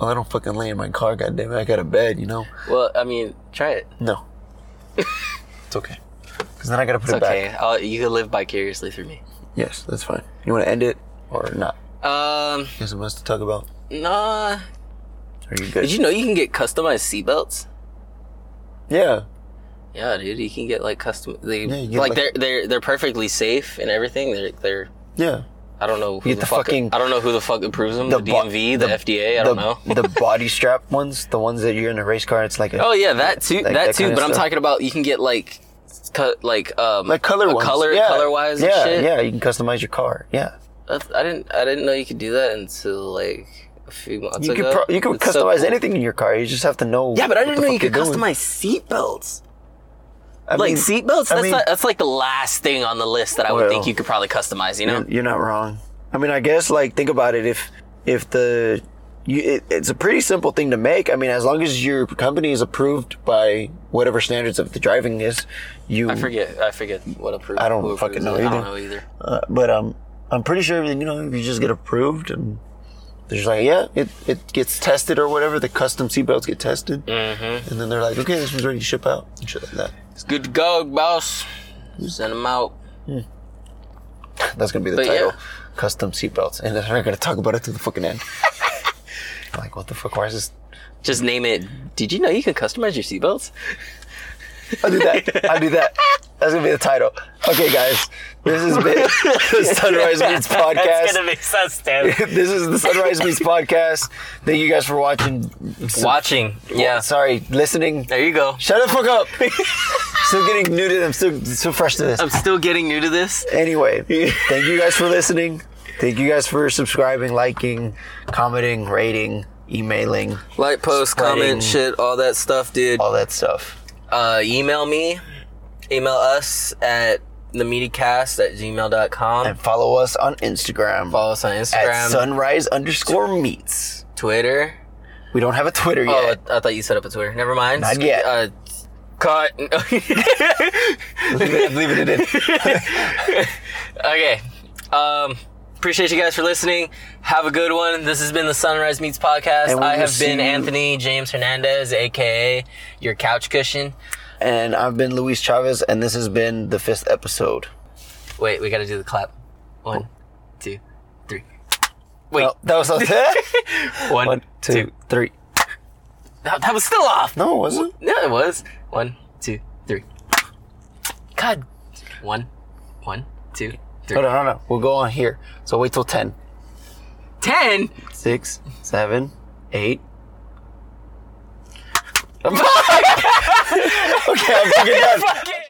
S4: Well, I don't fucking lay in my car. God damn it, I got a bed, you know.
S1: Well, I mean, try it.
S4: No. it's okay. Cause then I gotta put
S1: It's
S4: it back.
S1: okay. I'll, you can live vicariously through me.
S4: Yes, that's fine. You want to end it or not?
S1: Um,
S4: You have something else to talk about?
S1: nah.
S4: Are you good?
S1: Did you know you can get customized seatbelts?
S4: yeah.
S1: Yeah, dude, you can get like custom. They
S4: Yeah, you get,
S1: like,
S4: like-
S1: they're they're they're perfectly safe and everything. They're they're.
S4: Yeah.
S1: I don't know who
S4: You
S1: the,
S4: get the
S1: fuck,
S4: fucking-
S1: I don't know who the fuck approves them. The,
S4: bo-
S1: DMV, the, FDA. I don't know.
S4: the, the body strap ones, the ones that you're in a race car. It's like a,
S1: Oh yeah, that too.
S4: Like
S1: that,
S4: that
S1: too.
S4: kinda
S1: But I'm
S4: stuff.
S1: talking about you can get like, cut like um
S4: like color
S1: a
S4: ones.
S1: color
S4: yeah.
S1: color wise
S4: Yeah,
S1: and shit.
S4: yeah. You can customize your car. Yeah,
S1: That's- I didn't I didn't know you could do that until like a few months
S4: you
S1: ago.
S4: could pro- you could
S1: It's so
S4: customize
S1: cool.
S4: anything in your car. You just have to know.
S1: Yeah, but I
S4: what
S1: didn't
S4: the
S1: know you
S4: fuck
S1: could
S4: you're doing.
S1: customize seatbelts.
S4: I
S1: Like
S4: mean,
S1: seatbelts,
S4: I
S1: that's
S4: mean-
S1: not, that's like the last thing on the list that I would
S4: Well,
S1: think you could probably customize. You know,
S4: You're, you're not wrong. I mean, I guess like think about it. If if the you, it, it's a pretty simple thing to make. I mean, as long as your company is approved by whatever standards of the driving is, you.
S1: I forget I forget what approved.
S4: I don't
S1: who approves
S4: fucking know
S1: it. I
S4: either.
S1: don't know either.
S4: Uh, but um, I'm pretty sure you know if you just get approved and they're just like, yeah, it, it gets tested or whatever. The custom seatbelts get tested, mm-hmm. and then they're like, okay, this one's ready to ship out and shit like that.
S1: It's good to go, boss. Send them out.
S4: That's gonna be the
S1: But
S4: title,
S1: yeah.
S4: custom seatbelts, and then we're gonna talk about it to the fucking end. like, what the fuck? Why is this?
S1: Just name it. Did you know you can customize your seatbelts?
S4: I'll do that. I'll do that. That's gonna be the title. Okay, guys, this has been the Sunrise Meets podcast.
S1: make sense, damn.
S4: this is the Sunrise Meets podcast. Thank you guys for watching.
S1: Watching, yeah.
S4: Sorry, listening.
S1: There you go.
S4: Shut the fuck up. still getting new to them. Still, still fresh to this.
S1: I'm still getting new to this.
S4: Anyway, thank you guys for listening. Thank you guys for subscribing, liking, commenting, rating, emailing,
S1: Like, post,
S4: Spreading.
S1: comment, shit, all that stuff, dude.
S4: all that stuff.
S1: Uh, email me. Email us at themeatycast at gmail.com.
S4: And follow us on Instagram,
S1: Follow us on
S4: at
S1: Instagram,
S4: sunrise underscore meets.
S1: Twitter.
S4: We don't have a Twitter
S1: Oh,
S4: yet.
S1: I I thought you set up a Twitter. Never mind.
S4: Not yet.
S1: Uh, cut.
S4: I'm leaving it in.
S1: okay. Um, Appreciate you guys for listening. Have a good one. This has been the Sunrise Meets Podcast.
S4: And we
S1: I
S4: will
S1: have
S4: see
S1: been
S4: you-
S1: Anthony James Hernandez, aka your couch cushion.
S4: And I've been Luis Chavez, and this has been the fifth episode.
S1: Wait, we gotta do the clap. One, two, three. Wait,
S4: Oh, that was a-
S1: one,
S4: one,
S1: two,
S4: two.
S1: three. That, that was still off.
S4: no, it wasn't.
S1: No, it was. One, two, three. God. One, one, two, three.
S4: No, no, no, no. We'll go on here. So wait till ten.
S1: Ten.
S4: Six, seven, eight. okay, I'm fucking done.
S1: Fuck it.